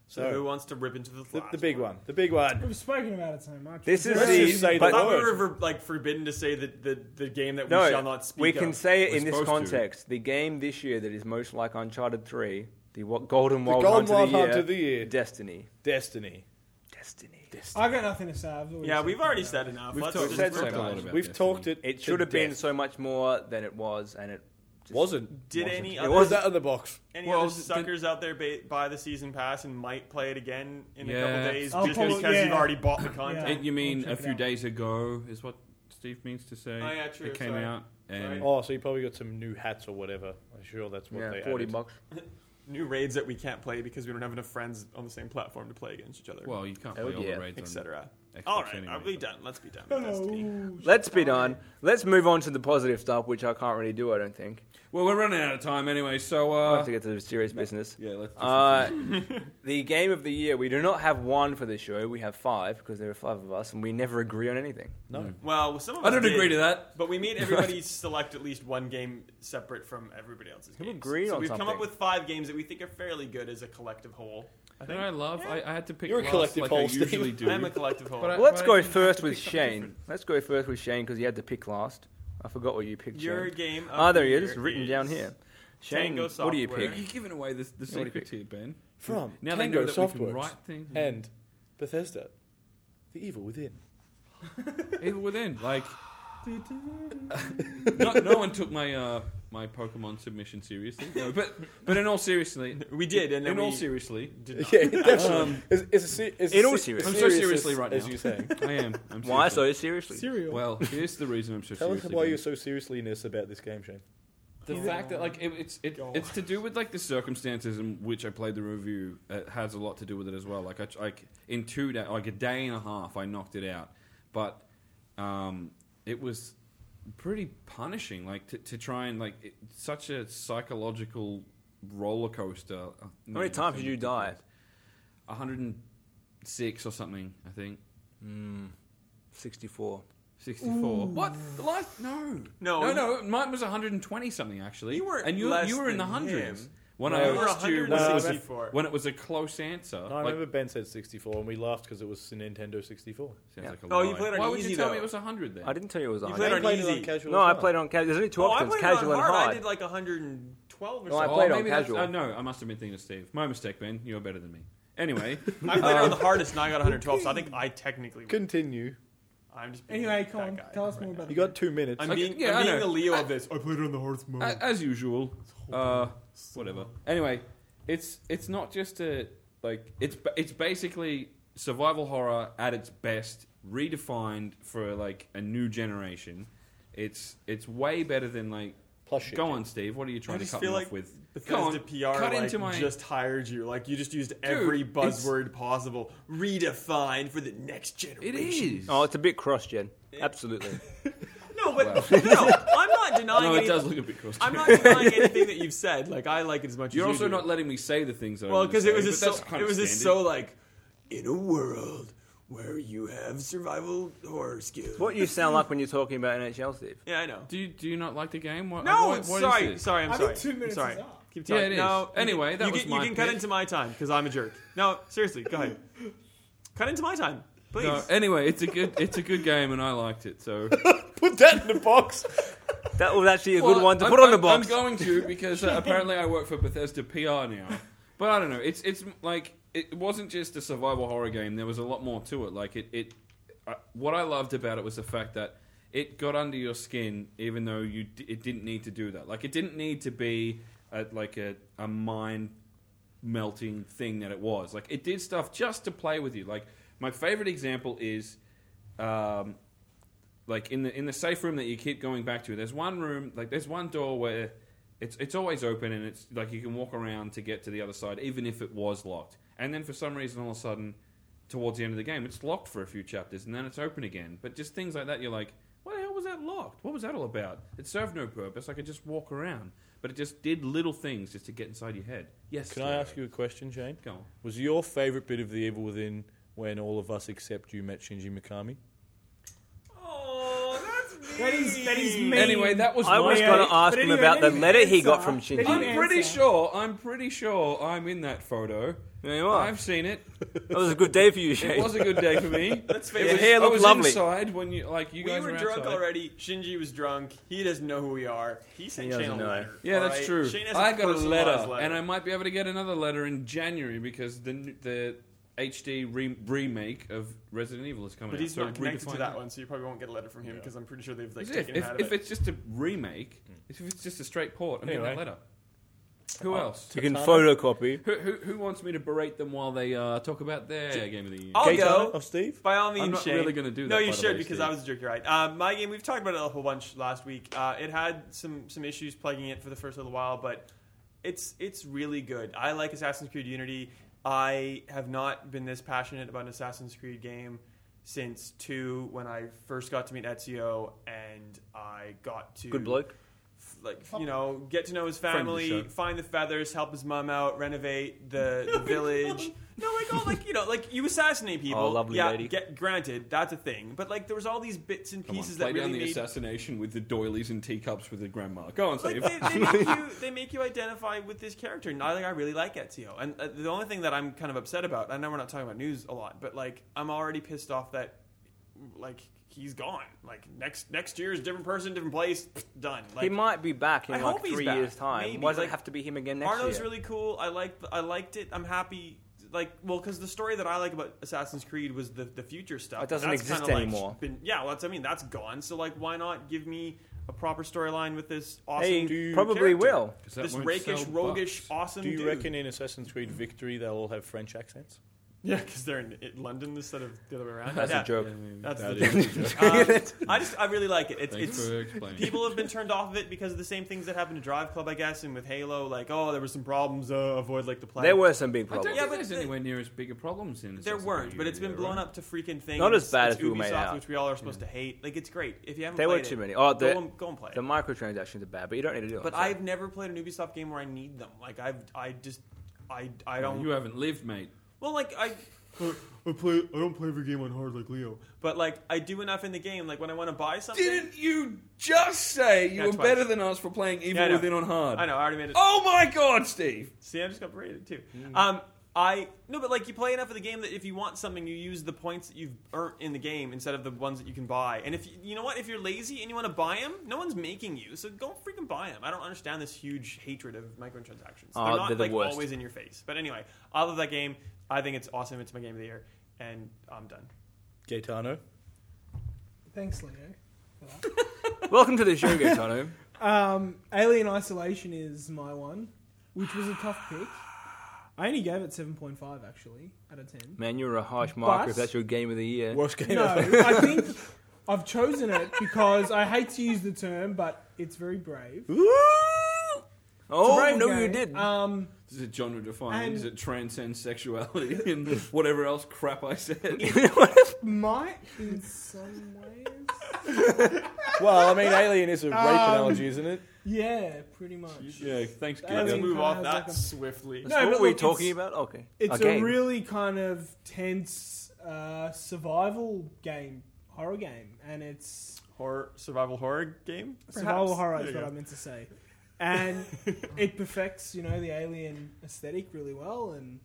Speaker 1: So
Speaker 5: So-
Speaker 1: who wants to rip into the
Speaker 5: The,
Speaker 1: last
Speaker 5: the big one. The big one.
Speaker 3: We've spoken about it so much.
Speaker 4: This
Speaker 3: We've
Speaker 4: is
Speaker 5: Let's
Speaker 3: already-
Speaker 5: just say
Speaker 4: the
Speaker 5: the
Speaker 1: I
Speaker 4: but
Speaker 1: thought we
Speaker 5: word.
Speaker 1: were like forbidden to say that the, the, the game that we
Speaker 4: no,
Speaker 1: shall not speak.
Speaker 4: we can
Speaker 1: of.
Speaker 4: say it
Speaker 2: We're
Speaker 4: in this
Speaker 2: supposed to.
Speaker 4: context. The game this year that is most like Uncharted Three, the wa- Golden
Speaker 5: The
Speaker 4: Wild
Speaker 5: Golden
Speaker 4: Hunt,
Speaker 5: Wild
Speaker 4: of, the
Speaker 5: Hunt
Speaker 4: year,
Speaker 5: of the year.
Speaker 4: Destiny,
Speaker 5: Destiny.
Speaker 4: Destiny.
Speaker 3: I got nothing to say. I've already
Speaker 1: Yeah,
Speaker 3: said
Speaker 1: we've
Speaker 3: that.
Speaker 1: already said enough.
Speaker 2: We've
Speaker 1: Let's
Speaker 2: talked-
Speaker 1: just
Speaker 4: said
Speaker 1: move
Speaker 4: something
Speaker 1: on.
Speaker 2: a little bit. about
Speaker 5: We've
Speaker 2: Destiny.
Speaker 5: talked it.
Speaker 4: It
Speaker 5: to
Speaker 4: should have been
Speaker 5: death.
Speaker 4: so much more than it was, and it just
Speaker 5: Wasn't.
Speaker 1: Did
Speaker 5: wasn't.
Speaker 1: any
Speaker 5: It
Speaker 1: other-
Speaker 5: was that on the box.
Speaker 1: Any
Speaker 2: Well,
Speaker 1: other
Speaker 2: did-
Speaker 1: suckers out there ba- buy the season pass and might play it again in a
Speaker 2: Yeah. Oh,
Speaker 1: couple days
Speaker 3: I'll
Speaker 1: just
Speaker 3: probably-
Speaker 1: because you've
Speaker 3: yeah.
Speaker 1: already bought the content?
Speaker 2: It, you mean
Speaker 3: We'll
Speaker 2: a
Speaker 3: check it
Speaker 2: few
Speaker 3: out.
Speaker 2: days ago is what Steve means to say.
Speaker 1: Oh, yeah, true,
Speaker 2: It came
Speaker 1: sorry.
Speaker 2: out and
Speaker 5: Oh, so you probably got some new hats or whatever. I'm sure that's what
Speaker 4: yeah,
Speaker 5: they
Speaker 4: forty
Speaker 5: added.
Speaker 4: bucks.
Speaker 1: New raids that we can't play because we don't have enough friends on the same platform to play against each other,
Speaker 2: well, you can't
Speaker 4: Oh,
Speaker 2: play all
Speaker 4: yeah.
Speaker 2: the raids, on
Speaker 1: etc.
Speaker 2: Xbox
Speaker 1: All right,
Speaker 2: anyway,
Speaker 1: are we
Speaker 2: but-
Speaker 1: done? Let's
Speaker 3: [LAUGHS]
Speaker 1: be done
Speaker 3: Oh,
Speaker 1: with Destiny.
Speaker 3: Hello.
Speaker 4: Let's be done. Let's move on to the positive stuff, which I can't really do. I don't think.
Speaker 2: Well, we're running out of time anyway, so
Speaker 4: I
Speaker 2: uh,
Speaker 4: have to get to the serious business.
Speaker 2: yeah, let's. do
Speaker 4: Uh, [LAUGHS] the game of the year. We do not have one for this show. We have five because there are five of us, and we never agree on anything.
Speaker 5: No.
Speaker 1: Well, some of
Speaker 2: something. I
Speaker 1: us
Speaker 2: don't
Speaker 1: did,
Speaker 2: agree to that.
Speaker 1: But we made everybody select at least one game separate from everybody else's
Speaker 4: Who
Speaker 1: games.
Speaker 4: agreed
Speaker 1: so
Speaker 4: on
Speaker 1: we've come
Speaker 4: something?
Speaker 1: up with five games that we think are fairly good as a collective whole.
Speaker 2: I, I love. I, I had to pick.
Speaker 5: You're a
Speaker 2: last,
Speaker 5: collective
Speaker 2: like
Speaker 5: whole,
Speaker 2: I
Speaker 5: Steve.
Speaker 2: usually do.
Speaker 5: [LAUGHS]
Speaker 1: I'm a collective whole.
Speaker 2: But I-
Speaker 4: Well, let's
Speaker 2: why
Speaker 4: go
Speaker 2: didn't you have
Speaker 4: first
Speaker 2: to
Speaker 4: with
Speaker 2: pick something
Speaker 4: Shane.
Speaker 2: different?
Speaker 4: Let's go first with Shane because he had to pick last. I forgot what you picked.
Speaker 1: Your
Speaker 4: Shane.
Speaker 1: game. of
Speaker 4: Ah, there
Speaker 1: the
Speaker 4: he is,
Speaker 1: year
Speaker 4: written down here. Shane,
Speaker 1: Tango
Speaker 4: what do you
Speaker 1: Software.
Speaker 4: pick?
Speaker 2: You're giving away this, the
Speaker 4: What do you
Speaker 2: secret here, Ben.
Speaker 5: From
Speaker 2: Now they
Speaker 5: Tango
Speaker 2: know that we
Speaker 5: Softworks
Speaker 2: can write things.
Speaker 5: and Bethesda. The Evil Within.
Speaker 2: Evil Within,
Speaker 5: [LAUGHS]
Speaker 2: like. no, no one took my uh, my Pokemon submission seriously, no, but but in all seriously,
Speaker 1: We did, and then
Speaker 2: in
Speaker 1: we
Speaker 2: all seriously, um,
Speaker 1: did not.
Speaker 5: Yeah, [LAUGHS] definitely. it's, it's a se- it's
Speaker 4: in
Speaker 5: a
Speaker 4: all
Speaker 5: se-
Speaker 4: seriousness.
Speaker 2: I'm so serious
Speaker 5: as-
Speaker 2: right
Speaker 5: as
Speaker 2: now.
Speaker 5: [LAUGHS] you're saying.
Speaker 2: I am. I'm
Speaker 4: Why
Speaker 2: seriously.
Speaker 4: so seriously?
Speaker 3: Cereal.
Speaker 2: Well, here's the reason I'm so
Speaker 5: Tell us
Speaker 2: seriously.
Speaker 5: why
Speaker 2: Ben.
Speaker 5: you're so seriously-ness about this game, Shane.
Speaker 2: The fact that like it, it's it, it's to do with like the circumstances in which I played the review uh, has a lot to do with it as well. Like I tr- like in two days, like a day and a half, I knocked it out, but um, it was pretty punishing. Like to, to try and like it, such a psychological roller coaster. How
Speaker 4: How many times did you die?
Speaker 2: 106 or something, I think.
Speaker 4: 64.
Speaker 2: 64. What? The last? No.
Speaker 1: No.
Speaker 2: No, no. Mine was 120 something actually.
Speaker 1: You were
Speaker 2: and you
Speaker 1: less
Speaker 2: you were in the
Speaker 1: than
Speaker 2: hundreds
Speaker 1: him.
Speaker 2: when
Speaker 1: No,
Speaker 2: I
Speaker 1: you were
Speaker 2: asked you when, it was a-
Speaker 1: 164.
Speaker 2: when it was a close answer.
Speaker 5: No, I
Speaker 2: like,
Speaker 5: remember Ben said 64, and we laughed because it was Nintendo 64.
Speaker 2: sounds like a
Speaker 1: Oh, you
Speaker 2: lie.
Speaker 1: played on
Speaker 2: Why would
Speaker 1: easy,
Speaker 2: you tell
Speaker 1: though.
Speaker 2: me it was 100 then?
Speaker 4: I didn't tell you it was
Speaker 1: You
Speaker 4: 100.
Speaker 1: played on
Speaker 5: played it
Speaker 1: easy.
Speaker 5: on casual.
Speaker 4: No, I played on casual. There's only two
Speaker 1: Oh, I
Speaker 4: options,
Speaker 1: played
Speaker 4: casual
Speaker 1: it on
Speaker 4: and
Speaker 1: hard. I
Speaker 4: hard.
Speaker 1: did like 112 or
Speaker 4: No, I
Speaker 1: something.
Speaker 2: Oh,
Speaker 4: played on
Speaker 2: maybe that's-
Speaker 4: casual.
Speaker 2: uh, no, I must have been thinking of Steve. My mistake, Ben. You're better than me. Anyway,
Speaker 1: [LAUGHS] I played it on the hardest, and I got 112. So I think I technically. Win.
Speaker 5: Continue.
Speaker 1: I'm just being
Speaker 3: Anyway,
Speaker 1: that
Speaker 3: come on.
Speaker 1: guy
Speaker 3: Tell us
Speaker 1: right
Speaker 3: more
Speaker 1: now.
Speaker 3: about
Speaker 5: You
Speaker 3: it.
Speaker 5: got two minutes.
Speaker 1: I'm
Speaker 2: Okay,
Speaker 1: being,
Speaker 2: yeah,
Speaker 1: I'm
Speaker 2: I
Speaker 1: being
Speaker 2: know.
Speaker 1: the Leo of this. I played it on the hardest mode.
Speaker 2: a- as usual, uh, whatever. Anyway, it's it's not just a like it's ba- it's basically survival horror at its best, redefined for like a new generation. It's it's way better than like.
Speaker 5: Plus shit.
Speaker 2: Go on, Steve. What are you trying
Speaker 1: I
Speaker 2: to
Speaker 1: just
Speaker 2: cut
Speaker 1: feel
Speaker 2: me
Speaker 1: like
Speaker 2: off with?
Speaker 1: Bethesda
Speaker 2: Go on,
Speaker 1: PR
Speaker 2: cut
Speaker 1: like,
Speaker 2: into my.
Speaker 1: just hired you. Like you just used every
Speaker 2: it's-
Speaker 1: buzzword possible, redefined for the next
Speaker 2: it
Speaker 1: generation.
Speaker 2: is.
Speaker 4: Oh, it's a bit cross-gen. Absolutely.
Speaker 1: [LAUGHS] No, but [LAUGHS] no, I'm not denying.
Speaker 2: no, it
Speaker 1: any-
Speaker 2: does look a bit cross.
Speaker 1: I'm not denying anything that you've said. Like I like it as much
Speaker 2: [LAUGHS] You're
Speaker 1: as
Speaker 2: also
Speaker 1: you do.
Speaker 2: not letting me say the things that.
Speaker 1: Well,
Speaker 2: because
Speaker 1: because it was just so,
Speaker 2: that's kind
Speaker 1: it
Speaker 2: of
Speaker 1: was just so
Speaker 2: standard.
Speaker 1: like in a world where you have survival horror skills.
Speaker 4: what you sound like when you're talking about NHL, Steve.
Speaker 1: Yeah, I know.
Speaker 2: Do you do you not like the game? What,
Speaker 1: No,
Speaker 2: what, what is
Speaker 1: sorry,
Speaker 2: this?
Speaker 1: sorry, I'm
Speaker 3: I think
Speaker 1: sorry.
Speaker 3: two minutes
Speaker 1: I'm sorry.
Speaker 3: is up.
Speaker 1: Keep
Speaker 2: Yeah,
Speaker 1: talking.
Speaker 2: it is.
Speaker 1: No, you
Speaker 2: Anyway,
Speaker 1: can-
Speaker 2: that
Speaker 1: you
Speaker 2: was
Speaker 1: can,
Speaker 2: my
Speaker 1: You can cut
Speaker 2: pick.
Speaker 1: into my time because I'm a jerk. No, seriously, go
Speaker 3: [LAUGHS]
Speaker 1: ahead. cut into my time, please.
Speaker 2: No, anyway, it's a good it's a good game, and I liked it. [LAUGHS] So
Speaker 5: Put that in the box.
Speaker 4: That was actually a
Speaker 2: Well,
Speaker 4: good one to
Speaker 2: I'm-
Speaker 4: put on the
Speaker 2: I'm- I'm
Speaker 4: box.
Speaker 2: going to because uh, apparently I work for Bethesda PR now. But I don't know. It's it's like it wasn't just a survival horror game. There was a lot more to it. Like it it I what I loved about it was the fact that it got under your skin, even though you d- it didn't need to do that. Like it didn't need to be a, like a a mind melting thing that it was. Like it did stuff just to play with you. Like my favorite example is. Um, like in the in the safe room that you keep going back to. There's one room, like there's one door where it's it's always open and it's like you can walk around to get to the other side, even if it was locked. And then for some reason, all of a sudden, towards the end of the game, it's locked for a few chapters and then it's open again. But just things like that, you're like, what the hell was that locked? What was that all about? It served no purpose. I could just walk around, but it just did little things just to get inside your head. Yes.
Speaker 5: [LAUGHS] Can I ask you a question, Shane?
Speaker 2: Go on.
Speaker 5: Was your favourite bit of The Evil Within when all of us except you met Shinji Mikami?
Speaker 1: Oh,
Speaker 2: [LAUGHS]
Speaker 1: that's
Speaker 3: That is that is mean.
Speaker 2: Anyway, that was my
Speaker 3: I was
Speaker 2: favorite.
Speaker 3: gonna ask him about the letter he got from Shinji.
Speaker 2: I'm
Speaker 3: Good
Speaker 2: pretty
Speaker 3: answer.
Speaker 2: sure. I'm pretty sure I'm in that photo.
Speaker 4: There you are.
Speaker 2: I've seen it.
Speaker 4: That was a good day for you,
Speaker 2: It
Speaker 4: Shane.
Speaker 2: was a good day for [LAUGHS] me.
Speaker 1: Let's face
Speaker 4: Your
Speaker 1: it.
Speaker 4: hair
Speaker 2: I
Speaker 4: looked
Speaker 2: was
Speaker 4: lovely.
Speaker 2: inside when you like you
Speaker 1: we
Speaker 2: guys
Speaker 1: were drunk
Speaker 2: outside.
Speaker 1: already. Shinji was drunk. He doesn't know who we are. He sent
Speaker 4: He
Speaker 1: Shane
Speaker 4: doesn't
Speaker 1: a
Speaker 4: know.
Speaker 1: letter.
Speaker 2: Yeah, that's
Speaker 1: alright?
Speaker 2: true.
Speaker 1: Shane has
Speaker 2: I got a
Speaker 1: personalized
Speaker 2: letter, and I might be able to get another letter in January because the n- the HD re- remake of Resident Evil is coming.
Speaker 1: But
Speaker 2: out,
Speaker 1: he's
Speaker 2: so
Speaker 1: not
Speaker 2: redefine
Speaker 1: connected to
Speaker 2: it.
Speaker 1: that one, so you probably won't get a letter from him because I'm pretty sure they've like
Speaker 2: If,
Speaker 1: taken it
Speaker 2: if,
Speaker 1: out
Speaker 2: if
Speaker 1: of it. Hmm.
Speaker 2: it's just a remake, if it's just a straight port, I'm getting that
Speaker 5: Anyway.
Speaker 2: letter. Who else?
Speaker 4: You can photocopy.
Speaker 2: Who, who, who wants me to berate them while they uh, talk about their game of the year?
Speaker 1: I'll
Speaker 5: Gay
Speaker 1: go.
Speaker 5: Tyler Of Steve?
Speaker 1: By all means,
Speaker 2: not
Speaker 1: Shane.
Speaker 2: really gonna do
Speaker 1: No,
Speaker 2: that,
Speaker 1: you
Speaker 2: by the
Speaker 1: should
Speaker 2: way,
Speaker 1: because
Speaker 2: Steve.
Speaker 1: I was a jerk. You're right. Uh, my game. We've talked about it a whole bunch last week. Uh, it had some some issues plugging it for the first little while, but it's it's really good. I like Assassin's Creed Unity. I have not been this passionate about an Assassin's Creed game since two, when I first got to meet Ezio, and I got to
Speaker 4: Good bloke.
Speaker 1: f- like you know, get to know his
Speaker 2: Friend of the
Speaker 1: family,
Speaker 2: show.
Speaker 1: find the feathers, help his mom out, renovate
Speaker 2: [LAUGHS]
Speaker 1: the, the village. No, like all like you know, like you
Speaker 2: Oh,
Speaker 1: assassinate people.
Speaker 4: lovely
Speaker 1: yeah,
Speaker 4: lady.
Speaker 1: Get, granted, that's a thing. But like there was all these bits and
Speaker 2: Come on,
Speaker 1: pieces
Speaker 2: play
Speaker 1: that really
Speaker 2: down the
Speaker 1: made
Speaker 2: assassination with the doilies and teacups with the grandma. Go on,
Speaker 1: like
Speaker 2: Steve.
Speaker 1: they, they,
Speaker 2: [LAUGHS]
Speaker 1: make you, they make you identify with this character. And I like I really like Ezio. And uh, the only thing that I'm kind of upset about, I know we're not talking about news a lot, but like I'm already pissed off that like he's gone. Like next next year's different person, different place, [SNIFFS] done. Like,
Speaker 4: he might be back in
Speaker 1: I
Speaker 4: like
Speaker 1: hope he's
Speaker 4: three
Speaker 1: back.
Speaker 4: years' time.
Speaker 1: Maybe,
Speaker 4: Why does
Speaker 1: like,
Speaker 4: it have to be him again next
Speaker 1: Arno's
Speaker 4: year?
Speaker 1: really cool. I liked I liked it. I'm happy. Like, well, because the story that I like about Assassin's Creed was the, the future stuff.
Speaker 4: It doesn't
Speaker 1: That's
Speaker 4: exist
Speaker 1: kinda, like,
Speaker 4: anymore.
Speaker 1: been- yeah, well, that's I mean that's gone. So like, why not give me a proper storyline with this awesome?
Speaker 4: Hey, probably
Speaker 1: character?
Speaker 4: will.
Speaker 2: 'Cause that
Speaker 1: This
Speaker 2: won't
Speaker 1: rakish,
Speaker 2: sell
Speaker 1: roguish,
Speaker 2: bucks.
Speaker 1: awesome.
Speaker 5: Do you
Speaker 1: dude.
Speaker 5: reckon in Assassin's Creed Victory they'll all have French accents?
Speaker 1: Yeah, because they're in it- London instead of the other way around.
Speaker 4: [LAUGHS] That's
Speaker 1: yeah,
Speaker 4: a joke.
Speaker 1: That's
Speaker 2: That
Speaker 1: the
Speaker 2: is a
Speaker 1: joke.
Speaker 4: [LAUGHS]
Speaker 1: Um, I just I really like it. It's
Speaker 2: Thanks
Speaker 1: it's
Speaker 2: for
Speaker 1: [LAUGHS]
Speaker 2: explaining.
Speaker 1: people have been turned off of it because of the same things that happened to Drive Club, I guess, and with Halo. Like, oh, there were some problems. Uh, avoid like the plague.
Speaker 4: There were some
Speaker 2: I
Speaker 4: big
Speaker 2: don't
Speaker 4: problems.
Speaker 1: Yeah,
Speaker 2: think
Speaker 1: but
Speaker 2: there's
Speaker 1: the-
Speaker 2: anywhere near as big a problems in.
Speaker 1: There
Speaker 2: Assassin's
Speaker 1: weren't,
Speaker 2: Creed
Speaker 1: but it's been
Speaker 2: though,
Speaker 1: blown
Speaker 2: right?
Speaker 1: up to freaking things.
Speaker 4: Not as bad
Speaker 1: it's
Speaker 4: as people made
Speaker 1: Ubisoft,
Speaker 4: out.
Speaker 1: which we all are supposed to hate. Like it's great if you haven't.
Speaker 4: There were
Speaker 1: played
Speaker 4: too
Speaker 1: it,
Speaker 4: many. Oh, the-
Speaker 1: go and, go and play it.
Speaker 4: The microtransactions are bad, but you don't need to do it.
Speaker 1: But
Speaker 4: so.
Speaker 1: I've never played an Ubisoft game where I need them. Like I've, I just, I, I don't.
Speaker 2: You haven't lived, mate.
Speaker 1: well, like I,
Speaker 7: I, I play. I don't play every game on hard like Leo.
Speaker 1: but like I do enough in the game. Like when I want to buy something,
Speaker 2: Didn't you just say you
Speaker 1: Yeah,
Speaker 2: were
Speaker 1: twice.
Speaker 2: better than us for playing Evil
Speaker 1: Yeah, I know.
Speaker 2: Within on hard?
Speaker 1: I know I already made it.
Speaker 2: Oh my God, Steve!
Speaker 1: See, I just got berated too.
Speaker 4: Mm.
Speaker 1: Um, I no, but like you play enough of the game that if you want something, you use the points that you've earned in the game instead of the ones that you can buy. And if you, you know what, if you're lazy and you want to buy them, no one's making you, so go freaking buy them. I don't understand this huge hatred of microtransactions.
Speaker 4: Oh,
Speaker 1: they're not
Speaker 4: they're the
Speaker 1: like
Speaker 4: worst.
Speaker 1: always in your face. But anyway, I love that game. I think it's awesome. It's my game of the year, and I'm done.
Speaker 5: Gaetano?
Speaker 3: Thanks, Leo. for that.
Speaker 4: Welcome to the show, Gaetano.
Speaker 3: Um, Alien Isolation is my one, which was a tough pick. I only gave it 7.5 actually out of 10.
Speaker 4: Man, you're a harsh marker if
Speaker 3: But-
Speaker 4: that's your game of the year.
Speaker 5: Worst game
Speaker 3: [LAUGHS] No,
Speaker 5: ever.
Speaker 3: I think I've chosen it because I hate to use the term, but it's very brave. It's a
Speaker 4: Oh,
Speaker 3: brave
Speaker 4: no,
Speaker 3: game.
Speaker 4: you didn't.
Speaker 3: Um,
Speaker 2: Is it genre defining?
Speaker 3: And-
Speaker 2: Does it transcend sexuality [LAUGHS] and whatever else crap I [LAUGHS] said?
Speaker 3: might [LAUGHS] in some ways.
Speaker 5: [LAUGHS] well, I mean, Alien is a rape
Speaker 3: Um,
Speaker 5: analogy, isn't it?
Speaker 3: Yeah, pretty much.
Speaker 5: Yeah.
Speaker 2: Thanks,
Speaker 3: That
Speaker 1: Let's
Speaker 3: Alien
Speaker 2: Gaetano.
Speaker 1: move off
Speaker 3: has
Speaker 1: that
Speaker 3: like a-
Speaker 1: swiftly.
Speaker 3: No,
Speaker 4: what
Speaker 3: but
Speaker 4: were we
Speaker 3: look,
Speaker 4: talking
Speaker 3: it's-
Speaker 4: about? Okay.
Speaker 3: It's a
Speaker 4: game.
Speaker 3: really kind of tense uh, survival game, horror game, and it's
Speaker 1: Horror survival horror game.
Speaker 3: Survival
Speaker 1: perhaps?
Speaker 3: horror
Speaker 1: There
Speaker 3: is
Speaker 1: you
Speaker 3: what I
Speaker 1: go.
Speaker 3: meant to say. And it perfects, you know, the alien aesthetic really well. And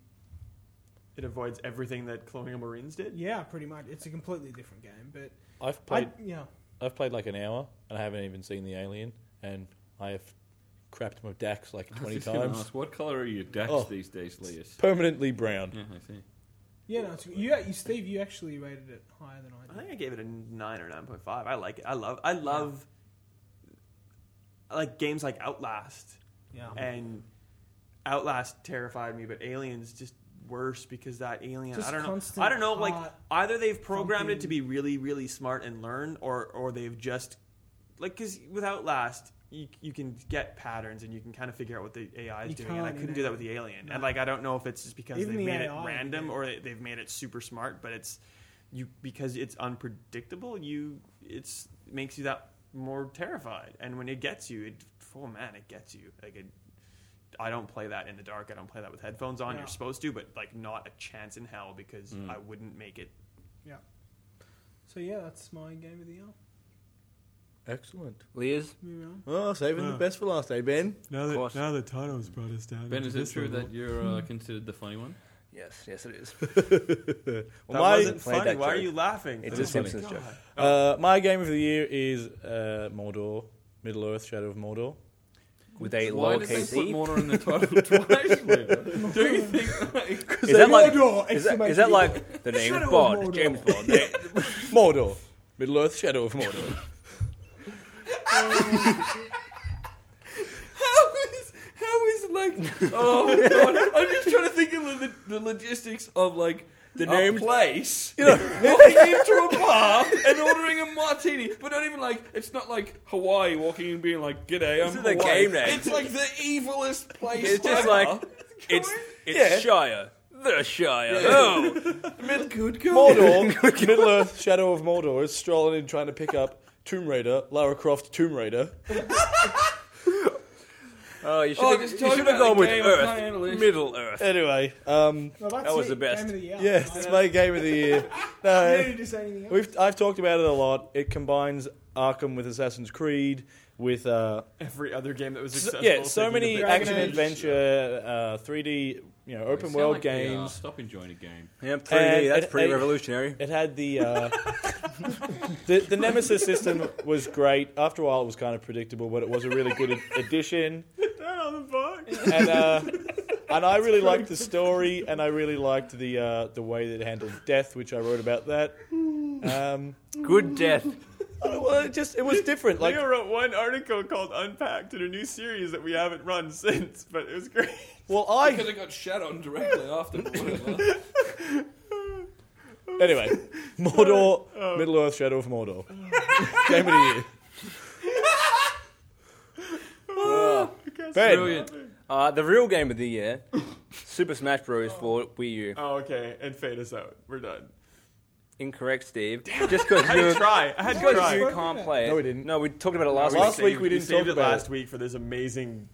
Speaker 1: It avoids everything that Colonial Marines did.
Speaker 3: yeah, pretty much. It's a completely different game. But
Speaker 5: I've
Speaker 3: I,
Speaker 5: played
Speaker 3: yeah.
Speaker 5: I've played like an hour and I haven't even seen the alien and I have crapped my dax like
Speaker 2: I was
Speaker 5: twenty
Speaker 2: just gonna
Speaker 5: times.
Speaker 2: ask, what color are your dax
Speaker 5: Oh.
Speaker 2: these days, Leas?
Speaker 5: Permanently brown.
Speaker 2: Yeah, I see.
Speaker 3: Yeah, no, it's, you, you, Steve, you actually rated it higher than I
Speaker 1: I
Speaker 3: did.
Speaker 1: think I gave it a nine or nine point five. I like it. I love. I love. I like games like Outlast,
Speaker 3: Yeah.
Speaker 1: and Outlast terrified me, but Aliens just worse because that alien.
Speaker 3: Just
Speaker 1: I don't know.
Speaker 3: constant
Speaker 1: I don't know. Like
Speaker 3: heart
Speaker 1: either they've programmed it to
Speaker 3: thumping.
Speaker 1: be really, really smart and learn, or or they've just like because with Outlast. You, you can get patterns and you can kind of figure out what the AI is
Speaker 3: You
Speaker 1: doing, and I
Speaker 3: can't in
Speaker 1: couldn't do that with the
Speaker 3: Alien.
Speaker 1: alien.
Speaker 3: No.
Speaker 1: And like, I don't know if it's just because
Speaker 3: Even
Speaker 1: they've
Speaker 3: the
Speaker 1: made
Speaker 3: AI,
Speaker 1: it random
Speaker 3: yeah.
Speaker 1: or they- they've made it super smart, but it's you because it's unpredictable you it's makes you that more terrified. And when it gets you, it oh man, it gets you. Like it, I don't play that in the dark. I don't play that with headphones on.
Speaker 3: No.
Speaker 1: You're supposed to, but like not a chance in hell because
Speaker 2: Mm.
Speaker 1: I wouldn't make it.
Speaker 3: So yeah, that's my game of the year.
Speaker 5: Excellent.
Speaker 4: Lears?
Speaker 3: Moving on.
Speaker 5: Well, saving
Speaker 7: Yeah.
Speaker 5: the best for last, eh, Ben?
Speaker 7: Now
Speaker 4: Of course.
Speaker 7: that now that Tano's brought us down.
Speaker 2: Ben,
Speaker 7: into
Speaker 2: is it
Speaker 7: this
Speaker 2: true
Speaker 7: level-
Speaker 2: that you're uh, considered the funny one?
Speaker 4: Yes, yes, it is.
Speaker 5: Well,
Speaker 1: that
Speaker 5: my-
Speaker 1: wasn't
Speaker 4: Played
Speaker 1: funny.
Speaker 4: that
Speaker 1: Why are
Speaker 4: joke.
Speaker 1: you laughing?
Speaker 4: It's
Speaker 2: Oh
Speaker 4: a
Speaker 2: my
Speaker 4: Simpsons joke.
Speaker 5: Uh, my game of the year is uh, Mordor, Middle Earth, Shadow of Mordor.
Speaker 4: With a
Speaker 2: Why did they
Speaker 4: lowercase
Speaker 2: put
Speaker 4: e.
Speaker 2: Mordor in the title [LAUGHS] twice? Leo? Do you think? Like,
Speaker 4: Is that like,
Speaker 3: Mordor,
Speaker 4: is that, is
Speaker 3: exclamation
Speaker 4: that like the name
Speaker 3: Shadow
Speaker 4: of
Speaker 3: of
Speaker 4: Bond?
Speaker 3: Mordor.
Speaker 4: James Bond. They-
Speaker 5: Mordor, Middle Earth, Shadow of Mordor.
Speaker 2: How is how is like? Oh my god! I'm just trying to think of the, the logistics of like the
Speaker 5: name-
Speaker 2: a
Speaker 4: [LAUGHS]
Speaker 2: place.
Speaker 5: You know,
Speaker 2: Walking into a bar and ordering a martini, but not even like it's not like Hawaii walking in and being like, "G'day, I'm
Speaker 4: This is a
Speaker 2: Hawaii."
Speaker 4: game name.
Speaker 2: It's like the evilest place.
Speaker 4: It's just
Speaker 2: ever.
Speaker 4: like it's it's
Speaker 5: Yeah.
Speaker 4: Shire, the Shire.
Speaker 2: [LAUGHS]
Speaker 4: Oh,
Speaker 2: Mid- good God.
Speaker 5: Mordor, Middle Earth, Shadow of Mordor is strolling in trying to pick up Tomb Raider, Lara Croft Tomb Raider.
Speaker 4: oh, you should
Speaker 2: Oh,
Speaker 4: have
Speaker 2: just talking
Speaker 4: you should have
Speaker 2: about
Speaker 4: gone
Speaker 2: the
Speaker 4: with
Speaker 2: game, I can't handle
Speaker 4: Earth,
Speaker 2: this.
Speaker 4: Middle Earth.
Speaker 5: Anyway, um,
Speaker 3: Well, that's
Speaker 4: That was
Speaker 3: it.
Speaker 4: the best.
Speaker 3: Game of the year. Uh,
Speaker 5: yeah, it's my game of the year. No,
Speaker 3: I needed to say anything else.
Speaker 5: We've, I've talked about it a lot. It combines Arkham with Assassin's Creed, with uh,
Speaker 1: Every other game that was
Speaker 5: so,
Speaker 1: successful.
Speaker 5: yeah, so
Speaker 1: taking
Speaker 5: many
Speaker 1: the-
Speaker 3: Dragon
Speaker 5: action
Speaker 3: Age.
Speaker 1: [LAUGHS]
Speaker 5: adventure, uh, 3D, you know,
Speaker 2: You
Speaker 5: open
Speaker 2: sound
Speaker 5: world
Speaker 2: like the, uh,
Speaker 5: games.
Speaker 2: stop enjoying a game.
Speaker 4: Yeah, 3D.
Speaker 5: And-
Speaker 4: that's
Speaker 5: and-
Speaker 4: pretty
Speaker 5: and-
Speaker 4: revolutionary.
Speaker 5: It had the, uh, [LAUGHS] the the Nemesis system was great. After a while, it was kind of predictable, but it was a really good ad- addition. And [LAUGHS] uh, and I really liked the story, and I really liked the uh, the way that it handled death, which I wrote about that. Um,
Speaker 4: Good death.
Speaker 5: Oh, well, it just it was different. Like
Speaker 1: Leo wrote one article called "Unpacked" in a new series that we haven't run [LAUGHS] since, but it was great.
Speaker 5: [LAUGHS] Well, I
Speaker 2: Because it got shat on directly after. but whatever.
Speaker 5: [LAUGHS] anyway, Mordor, Middle Earth, Shadow of [LAUGHS] Mordor, game of the year. Ben,
Speaker 2: Brilliant.
Speaker 4: Uh, the real game of the year, [LAUGHS] Super Smash Bros. for Wii U.
Speaker 1: Oh, okay, and fade us out. We're done.
Speaker 4: Incorrect, Steve. Just because
Speaker 1: I had to
Speaker 4: you,
Speaker 1: try. I had to
Speaker 4: because
Speaker 1: try.
Speaker 4: you
Speaker 3: Right.
Speaker 4: can't play it.
Speaker 5: No, we didn't.
Speaker 4: No, we talked about it last
Speaker 5: Last
Speaker 4: week.
Speaker 5: week we didn't
Speaker 1: saved
Speaker 5: talk
Speaker 1: it
Speaker 5: about
Speaker 1: last
Speaker 5: it.
Speaker 1: week for this amazing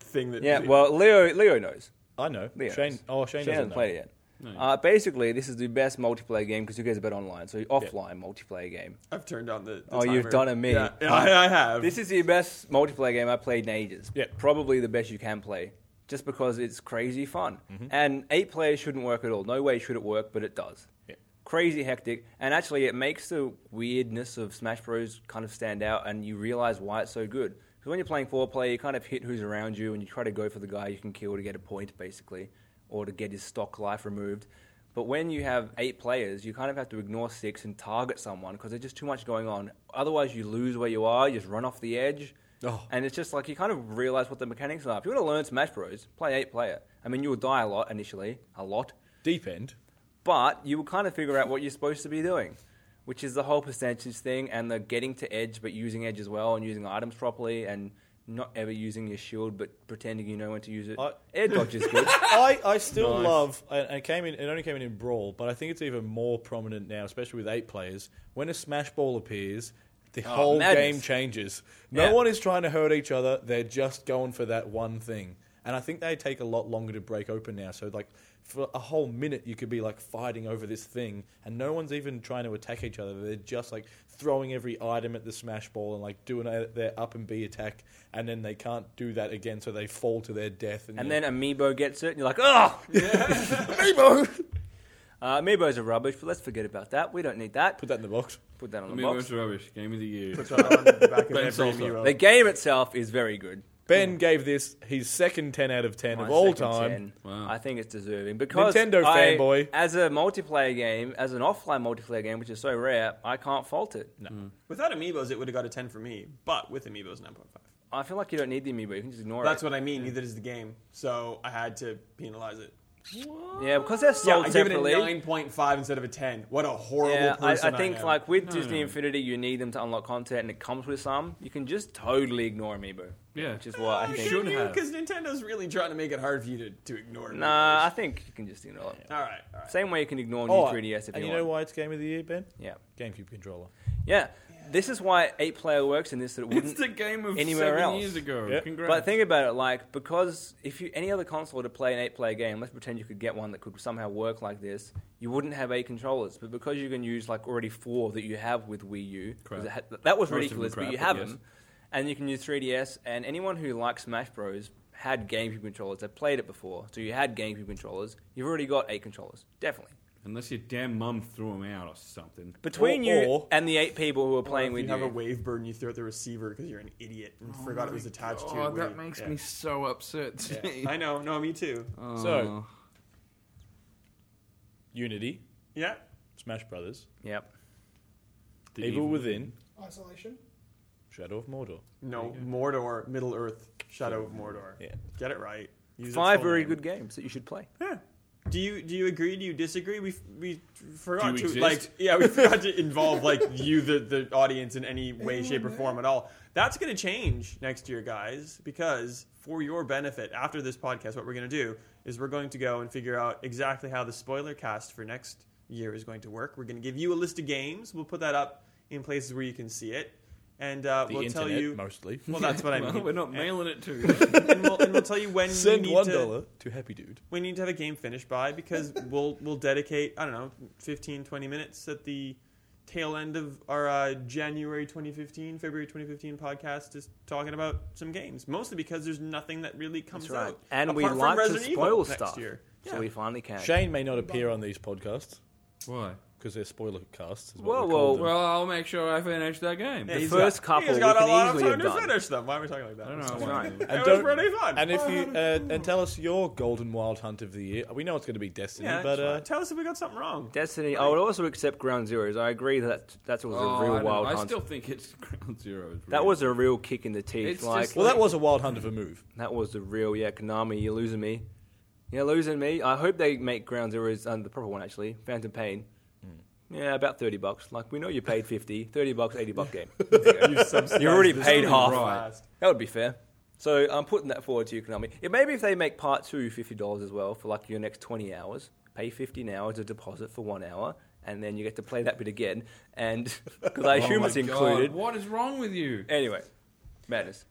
Speaker 1: thing that.
Speaker 4: Yeah, well, Leo, Leo knows.
Speaker 5: I know.
Speaker 4: Leo
Speaker 5: Shane.
Speaker 4: knows.
Speaker 5: Oh, Shane,
Speaker 4: Shane
Speaker 5: doesn't
Speaker 4: hasn't
Speaker 5: know.
Speaker 4: played it yet.
Speaker 2: No.
Speaker 4: Uh, basically, this is the best multiplayer game because who cares about online? So offline multiplayer game.
Speaker 1: I've turned on the. the
Speaker 4: Oh, you've
Speaker 1: timer.
Speaker 4: done a me.
Speaker 1: Yeah, yeah, I, I have.
Speaker 4: This is the best multiplayer game I've played in ages.
Speaker 5: Yeah.
Speaker 4: Probably the best you can play, just because it's crazy fun.
Speaker 5: Mm-hmm.
Speaker 4: And eight players shouldn't work at all. No way should it work, but it does.
Speaker 5: Yeah.
Speaker 4: Crazy hectic, and actually, it makes the weirdness of Smash Bros. kind of stand out, and you realize why it's so good. Because when you're playing four player, you kind of hit who's around you, and you try to go for the guy you can kill to get a point, basically, or to get his stock life removed. But when you have eight players, you kind of have to ignore six and target someone because there's just too much going on. Otherwise, you lose where you are, you just run off the edge.
Speaker 5: Oh.
Speaker 4: And it's just like you kind of realize what the mechanics are. If you want to learn Smash Bros, play eight player. I mean, you will die a lot initially, a lot,
Speaker 5: Deep end.
Speaker 4: but you will kind of figure out what you're supposed to be doing, which is the whole percentage thing and the getting to edge but using edge as well and using items properly and not ever using your shield but pretending you know when to use it.
Speaker 5: I-
Speaker 4: Air dodge is good.
Speaker 5: [LAUGHS] I, I still love. And and it came in. It only came in in Brawl, but I think it's even more prominent now, especially with eight players. When a Smash Ball appears, the whole
Speaker 4: Oh, madness.
Speaker 5: game changes. No
Speaker 4: Yeah.
Speaker 5: one is trying to hurt each other. They're just going for that one thing. And I think they take a lot longer to break open now. So like for a whole minute, you could be like fighting over this thing, and no one's even trying to attack each other. They're just like throwing every item at the Smash Ball and like doing a, their up and B attack, and then they can't do that again, so they fall to their death.
Speaker 4: And
Speaker 5: you're-
Speaker 4: then Amiibo gets it, and you're like, oh, [LAUGHS] Amiibo. Uh, Amiibos are rubbish, but let's forget about that. We don't need that. Put,
Speaker 5: put that in the box.
Speaker 4: put that on the
Speaker 2: Amiibo
Speaker 4: box.
Speaker 2: is rubbish. Game of the year.
Speaker 1: Put that
Speaker 4: [LAUGHS]
Speaker 1: on the back of
Speaker 2: Ben
Speaker 1: every
Speaker 2: Salsa.
Speaker 1: Miro.
Speaker 4: The game itself is very good.
Speaker 5: Ben gave this his second 10 out of 10 of
Speaker 4: My
Speaker 5: all
Speaker 4: second
Speaker 5: time.
Speaker 4: 10.
Speaker 2: Wow.
Speaker 4: I think it's deserving because
Speaker 5: Nintendo
Speaker 4: I-
Speaker 5: fanboy.
Speaker 4: As a multiplayer game, as an offline multiplayer game, which is so rare, I can't fault it.
Speaker 1: Without amiibos, it would have got a ten for me, but with amiibos, nine point five.
Speaker 4: I feel like you don't need the amiibo; you can just ignore
Speaker 1: That's
Speaker 4: it.
Speaker 1: what I mean. Neither does the game, so I had to penalize it.
Speaker 4: yeah, because they're
Speaker 1: Yeah,
Speaker 4: sold
Speaker 1: I give it
Speaker 4: separately.
Speaker 1: a nine point five instead of a ten. What a horrible
Speaker 4: yeah, I, I
Speaker 1: person
Speaker 4: think
Speaker 1: am.
Speaker 4: like with Disney Infinity, you need them to unlock content, and it comes with some. You can just totally ignore amiibo.
Speaker 2: Yeah.
Speaker 4: which is what I
Speaker 1: Oh,
Speaker 4: think.
Speaker 1: good
Speaker 2: should
Speaker 1: on you,
Speaker 2: have.
Speaker 1: because Nintendo's really trying to make it hard for you to, to ignore.
Speaker 4: Nah, I
Speaker 1: amiibos.
Speaker 4: think you can just ignore it.
Speaker 1: All right. All right.
Speaker 4: Same way you can ignore new 3DS if
Speaker 5: Oh, and
Speaker 4: you,
Speaker 5: you
Speaker 4: want.
Speaker 5: know why it's game of the year, Ben?
Speaker 4: Yeah.
Speaker 5: GameCube controller.
Speaker 4: Yeah. This is why eight player works in this that it
Speaker 2: It's
Speaker 4: wouldn't.
Speaker 2: the game of
Speaker 4: anywhere
Speaker 2: seven
Speaker 4: else.
Speaker 2: years ago.
Speaker 5: Yep.
Speaker 2: Congrats.
Speaker 4: But think about it, like because if you any other console were to play an eight-player game, let's pretend you could get one that could somehow work like this, you wouldn't have eight controllers. But because you can use like already four that you have with Wii U, 'cause
Speaker 2: Crap.
Speaker 4: it had- that was
Speaker 2: Most of them
Speaker 4: ridiculous,
Speaker 2: crap,
Speaker 4: but you
Speaker 2: but
Speaker 4: have
Speaker 2: yes.
Speaker 4: them, and you can use 3DS. And anyone who likes Smash Bros. had GameCube controllers. They played it before, so you had GameCube controllers. You've already got eight controllers, definitely.
Speaker 2: Unless your damn mum threw him out or something.
Speaker 4: Between
Speaker 5: Or-
Speaker 4: you
Speaker 5: or-
Speaker 4: and the eight people who are
Speaker 1: Or if
Speaker 4: playing
Speaker 1: you
Speaker 4: with
Speaker 1: have
Speaker 4: you,
Speaker 1: a wave bird and you throw it at the receiver because you're an idiot and forgot it was attached to. your
Speaker 2: Oh, that
Speaker 1: Wii. [LAUGHS]
Speaker 2: makes
Speaker 1: Yeah.
Speaker 2: me Oh. so upset.
Speaker 1: Yeah. I know. No, me too.
Speaker 2: Uh.
Speaker 5: So- Unity,
Speaker 1: Yeah.
Speaker 5: Smash Brothers,
Speaker 4: yep.
Speaker 2: The
Speaker 5: Evil,
Speaker 2: evil- [LAUGHS]
Speaker 5: Within,
Speaker 3: Isolation.
Speaker 5: Shadow of Mordor.
Speaker 1: No, Mordor, Middle Earth, Shadow of Mordor.
Speaker 5: Yeah.
Speaker 1: Get it right. Use its
Speaker 4: Five
Speaker 1: full
Speaker 4: very
Speaker 1: name.
Speaker 4: good games that you should play.
Speaker 1: Yeah. Do you do you agree? Do you disagree? We we forgot
Speaker 2: Do
Speaker 1: to
Speaker 2: you exist?
Speaker 1: like yeah
Speaker 5: [LAUGHS]
Speaker 1: we forgot to involve like you the the audience in any way, shape, or form at all. That's going to change next year, guys, because for your benefit, after this podcast, what we're going to do is we're going to go and figure out exactly how the spoiler cast for next year is going to work. We're going to give you a list of games. We'll put that up in places where you can see it, and uh,
Speaker 5: The
Speaker 1: we'll
Speaker 5: internet,
Speaker 1: tell you.
Speaker 5: mostly.
Speaker 1: Well,
Speaker 5: [LAUGHS]
Speaker 1: that's what I
Speaker 2: Well,
Speaker 1: mean.
Speaker 2: we're not mailing it to you.
Speaker 1: [LAUGHS] and, and we'll, and we'll tell you
Speaker 5: [LAUGHS]
Speaker 1: when we
Speaker 5: Send
Speaker 1: need
Speaker 5: one
Speaker 1: to-
Speaker 5: dollar to Happy Dude.
Speaker 1: we need to have a game finished by because we'll we'll dedicate I don't know 15 20 minutes at the tail end of our uh, January 2015 February 2015 podcast is talking about some games mostly because there's nothing that really comes
Speaker 4: That's right.
Speaker 1: out
Speaker 4: And we
Speaker 1: apart from
Speaker 4: like to
Speaker 1: Resident Evil
Speaker 4: spoil
Speaker 1: next
Speaker 4: stuff.
Speaker 1: year. Yeah.
Speaker 4: So we finally can.
Speaker 5: Shane may not appear on these podcasts
Speaker 2: Why?
Speaker 5: because they're spoiler casts. Is
Speaker 4: Whoa,
Speaker 5: what we
Speaker 4: whoa.
Speaker 5: call them.
Speaker 2: Well, I'll make sure I finish that game.
Speaker 1: Yeah, he's
Speaker 4: first
Speaker 1: got,
Speaker 4: couple
Speaker 1: he's got
Speaker 4: we
Speaker 1: a
Speaker 4: can
Speaker 1: lot of
Speaker 4: easily
Speaker 1: time
Speaker 4: have
Speaker 1: to
Speaker 4: done.
Speaker 1: finish them why are we talking like that
Speaker 2: I don't
Speaker 1: It's
Speaker 2: know
Speaker 1: fine.
Speaker 2: why.
Speaker 1: it was
Speaker 5: don't-
Speaker 1: pretty fun
Speaker 5: And if you uh, and tell us your golden wild hunt of the year. We know it's going to be Destiny,
Speaker 1: yeah,
Speaker 5: but uh,
Speaker 1: tell us if we got something wrong
Speaker 4: Destiny. I would also accept Ground Zeroes. I agree that that was a
Speaker 2: Oh, I
Speaker 4: real
Speaker 2: don't
Speaker 4: wild
Speaker 2: know. I
Speaker 4: hunt.
Speaker 2: still think it's [LAUGHS] Ground Zero. is
Speaker 4: that
Speaker 2: real.
Speaker 4: was a real kick in the teeth.
Speaker 2: It's
Speaker 4: like
Speaker 2: just
Speaker 5: well, that was a wild hunt of a move.
Speaker 4: that was the real yeah. Konami, you're losing me. You're losing me. I hope they make Ground Zeroes um, the proper one actually. Phantom Pain. Yeah, about thirty bucks. Like we know you paid 50, 30 bucks, eighty buck game.
Speaker 1: you
Speaker 4: You're already paid half.
Speaker 2: Right.
Speaker 4: That would be fair. So I'm putting that forward to you, Konami. Yeah, maybe if they make part two fifty dollars as well for like your next twenty hours, pay fifty now as a deposit for one hour, and then you get to play that bit again. And [LAUGHS] because I
Speaker 2: Oh
Speaker 4: assume
Speaker 2: my
Speaker 4: it's
Speaker 2: God,
Speaker 4: included.
Speaker 2: What is wrong with you?
Speaker 4: Anyway, madness.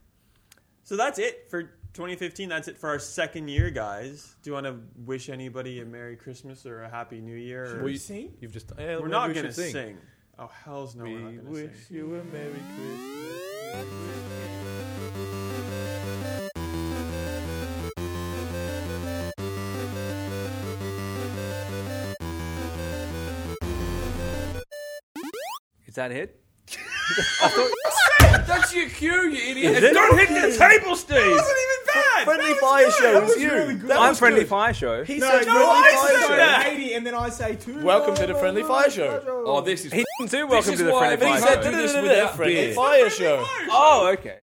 Speaker 1: so that's it for 2015 that's it for our second year guys do you want to wish anybody a merry christmas or a happy new year or-
Speaker 5: Well, you-
Speaker 3: sing?
Speaker 5: You've just yeah,
Speaker 1: We're
Speaker 5: maybe
Speaker 1: not
Speaker 5: we
Speaker 1: going to
Speaker 5: should sing.
Speaker 1: sing. Oh, hell's no,
Speaker 5: We
Speaker 1: we're not going
Speaker 5: wish
Speaker 1: to sing.
Speaker 5: you a merry Christmas.
Speaker 4: Is that it?
Speaker 2: That's your cue, you idiot. Don't hit the table, Steve.
Speaker 1: That wasn't even bad!
Speaker 5: Friendly Fire Show
Speaker 3: That
Speaker 5: was
Speaker 3: was
Speaker 5: you.
Speaker 3: really good.
Speaker 5: That
Speaker 4: I'm
Speaker 5: was
Speaker 4: friendly
Speaker 5: good.
Speaker 4: fire show.
Speaker 5: He
Speaker 3: No,
Speaker 5: said
Speaker 3: no,
Speaker 5: friendly
Speaker 3: I
Speaker 5: fire
Speaker 3: say
Speaker 5: show.
Speaker 3: that, lady, and then I say two.
Speaker 5: Welcome to the Friendly Fire Show.
Speaker 2: Oh, this is.
Speaker 4: [LAUGHS] He didn't do welcome
Speaker 2: is
Speaker 4: to the
Speaker 2: why
Speaker 4: friendly
Speaker 2: everyboing
Speaker 4: fire
Speaker 5: He said
Speaker 2: Friendly
Speaker 4: show.
Speaker 5: do this
Speaker 2: Fire
Speaker 5: without
Speaker 2: Show.
Speaker 5: friendly
Speaker 2: It's
Speaker 5: fire show.
Speaker 4: Oh, okay.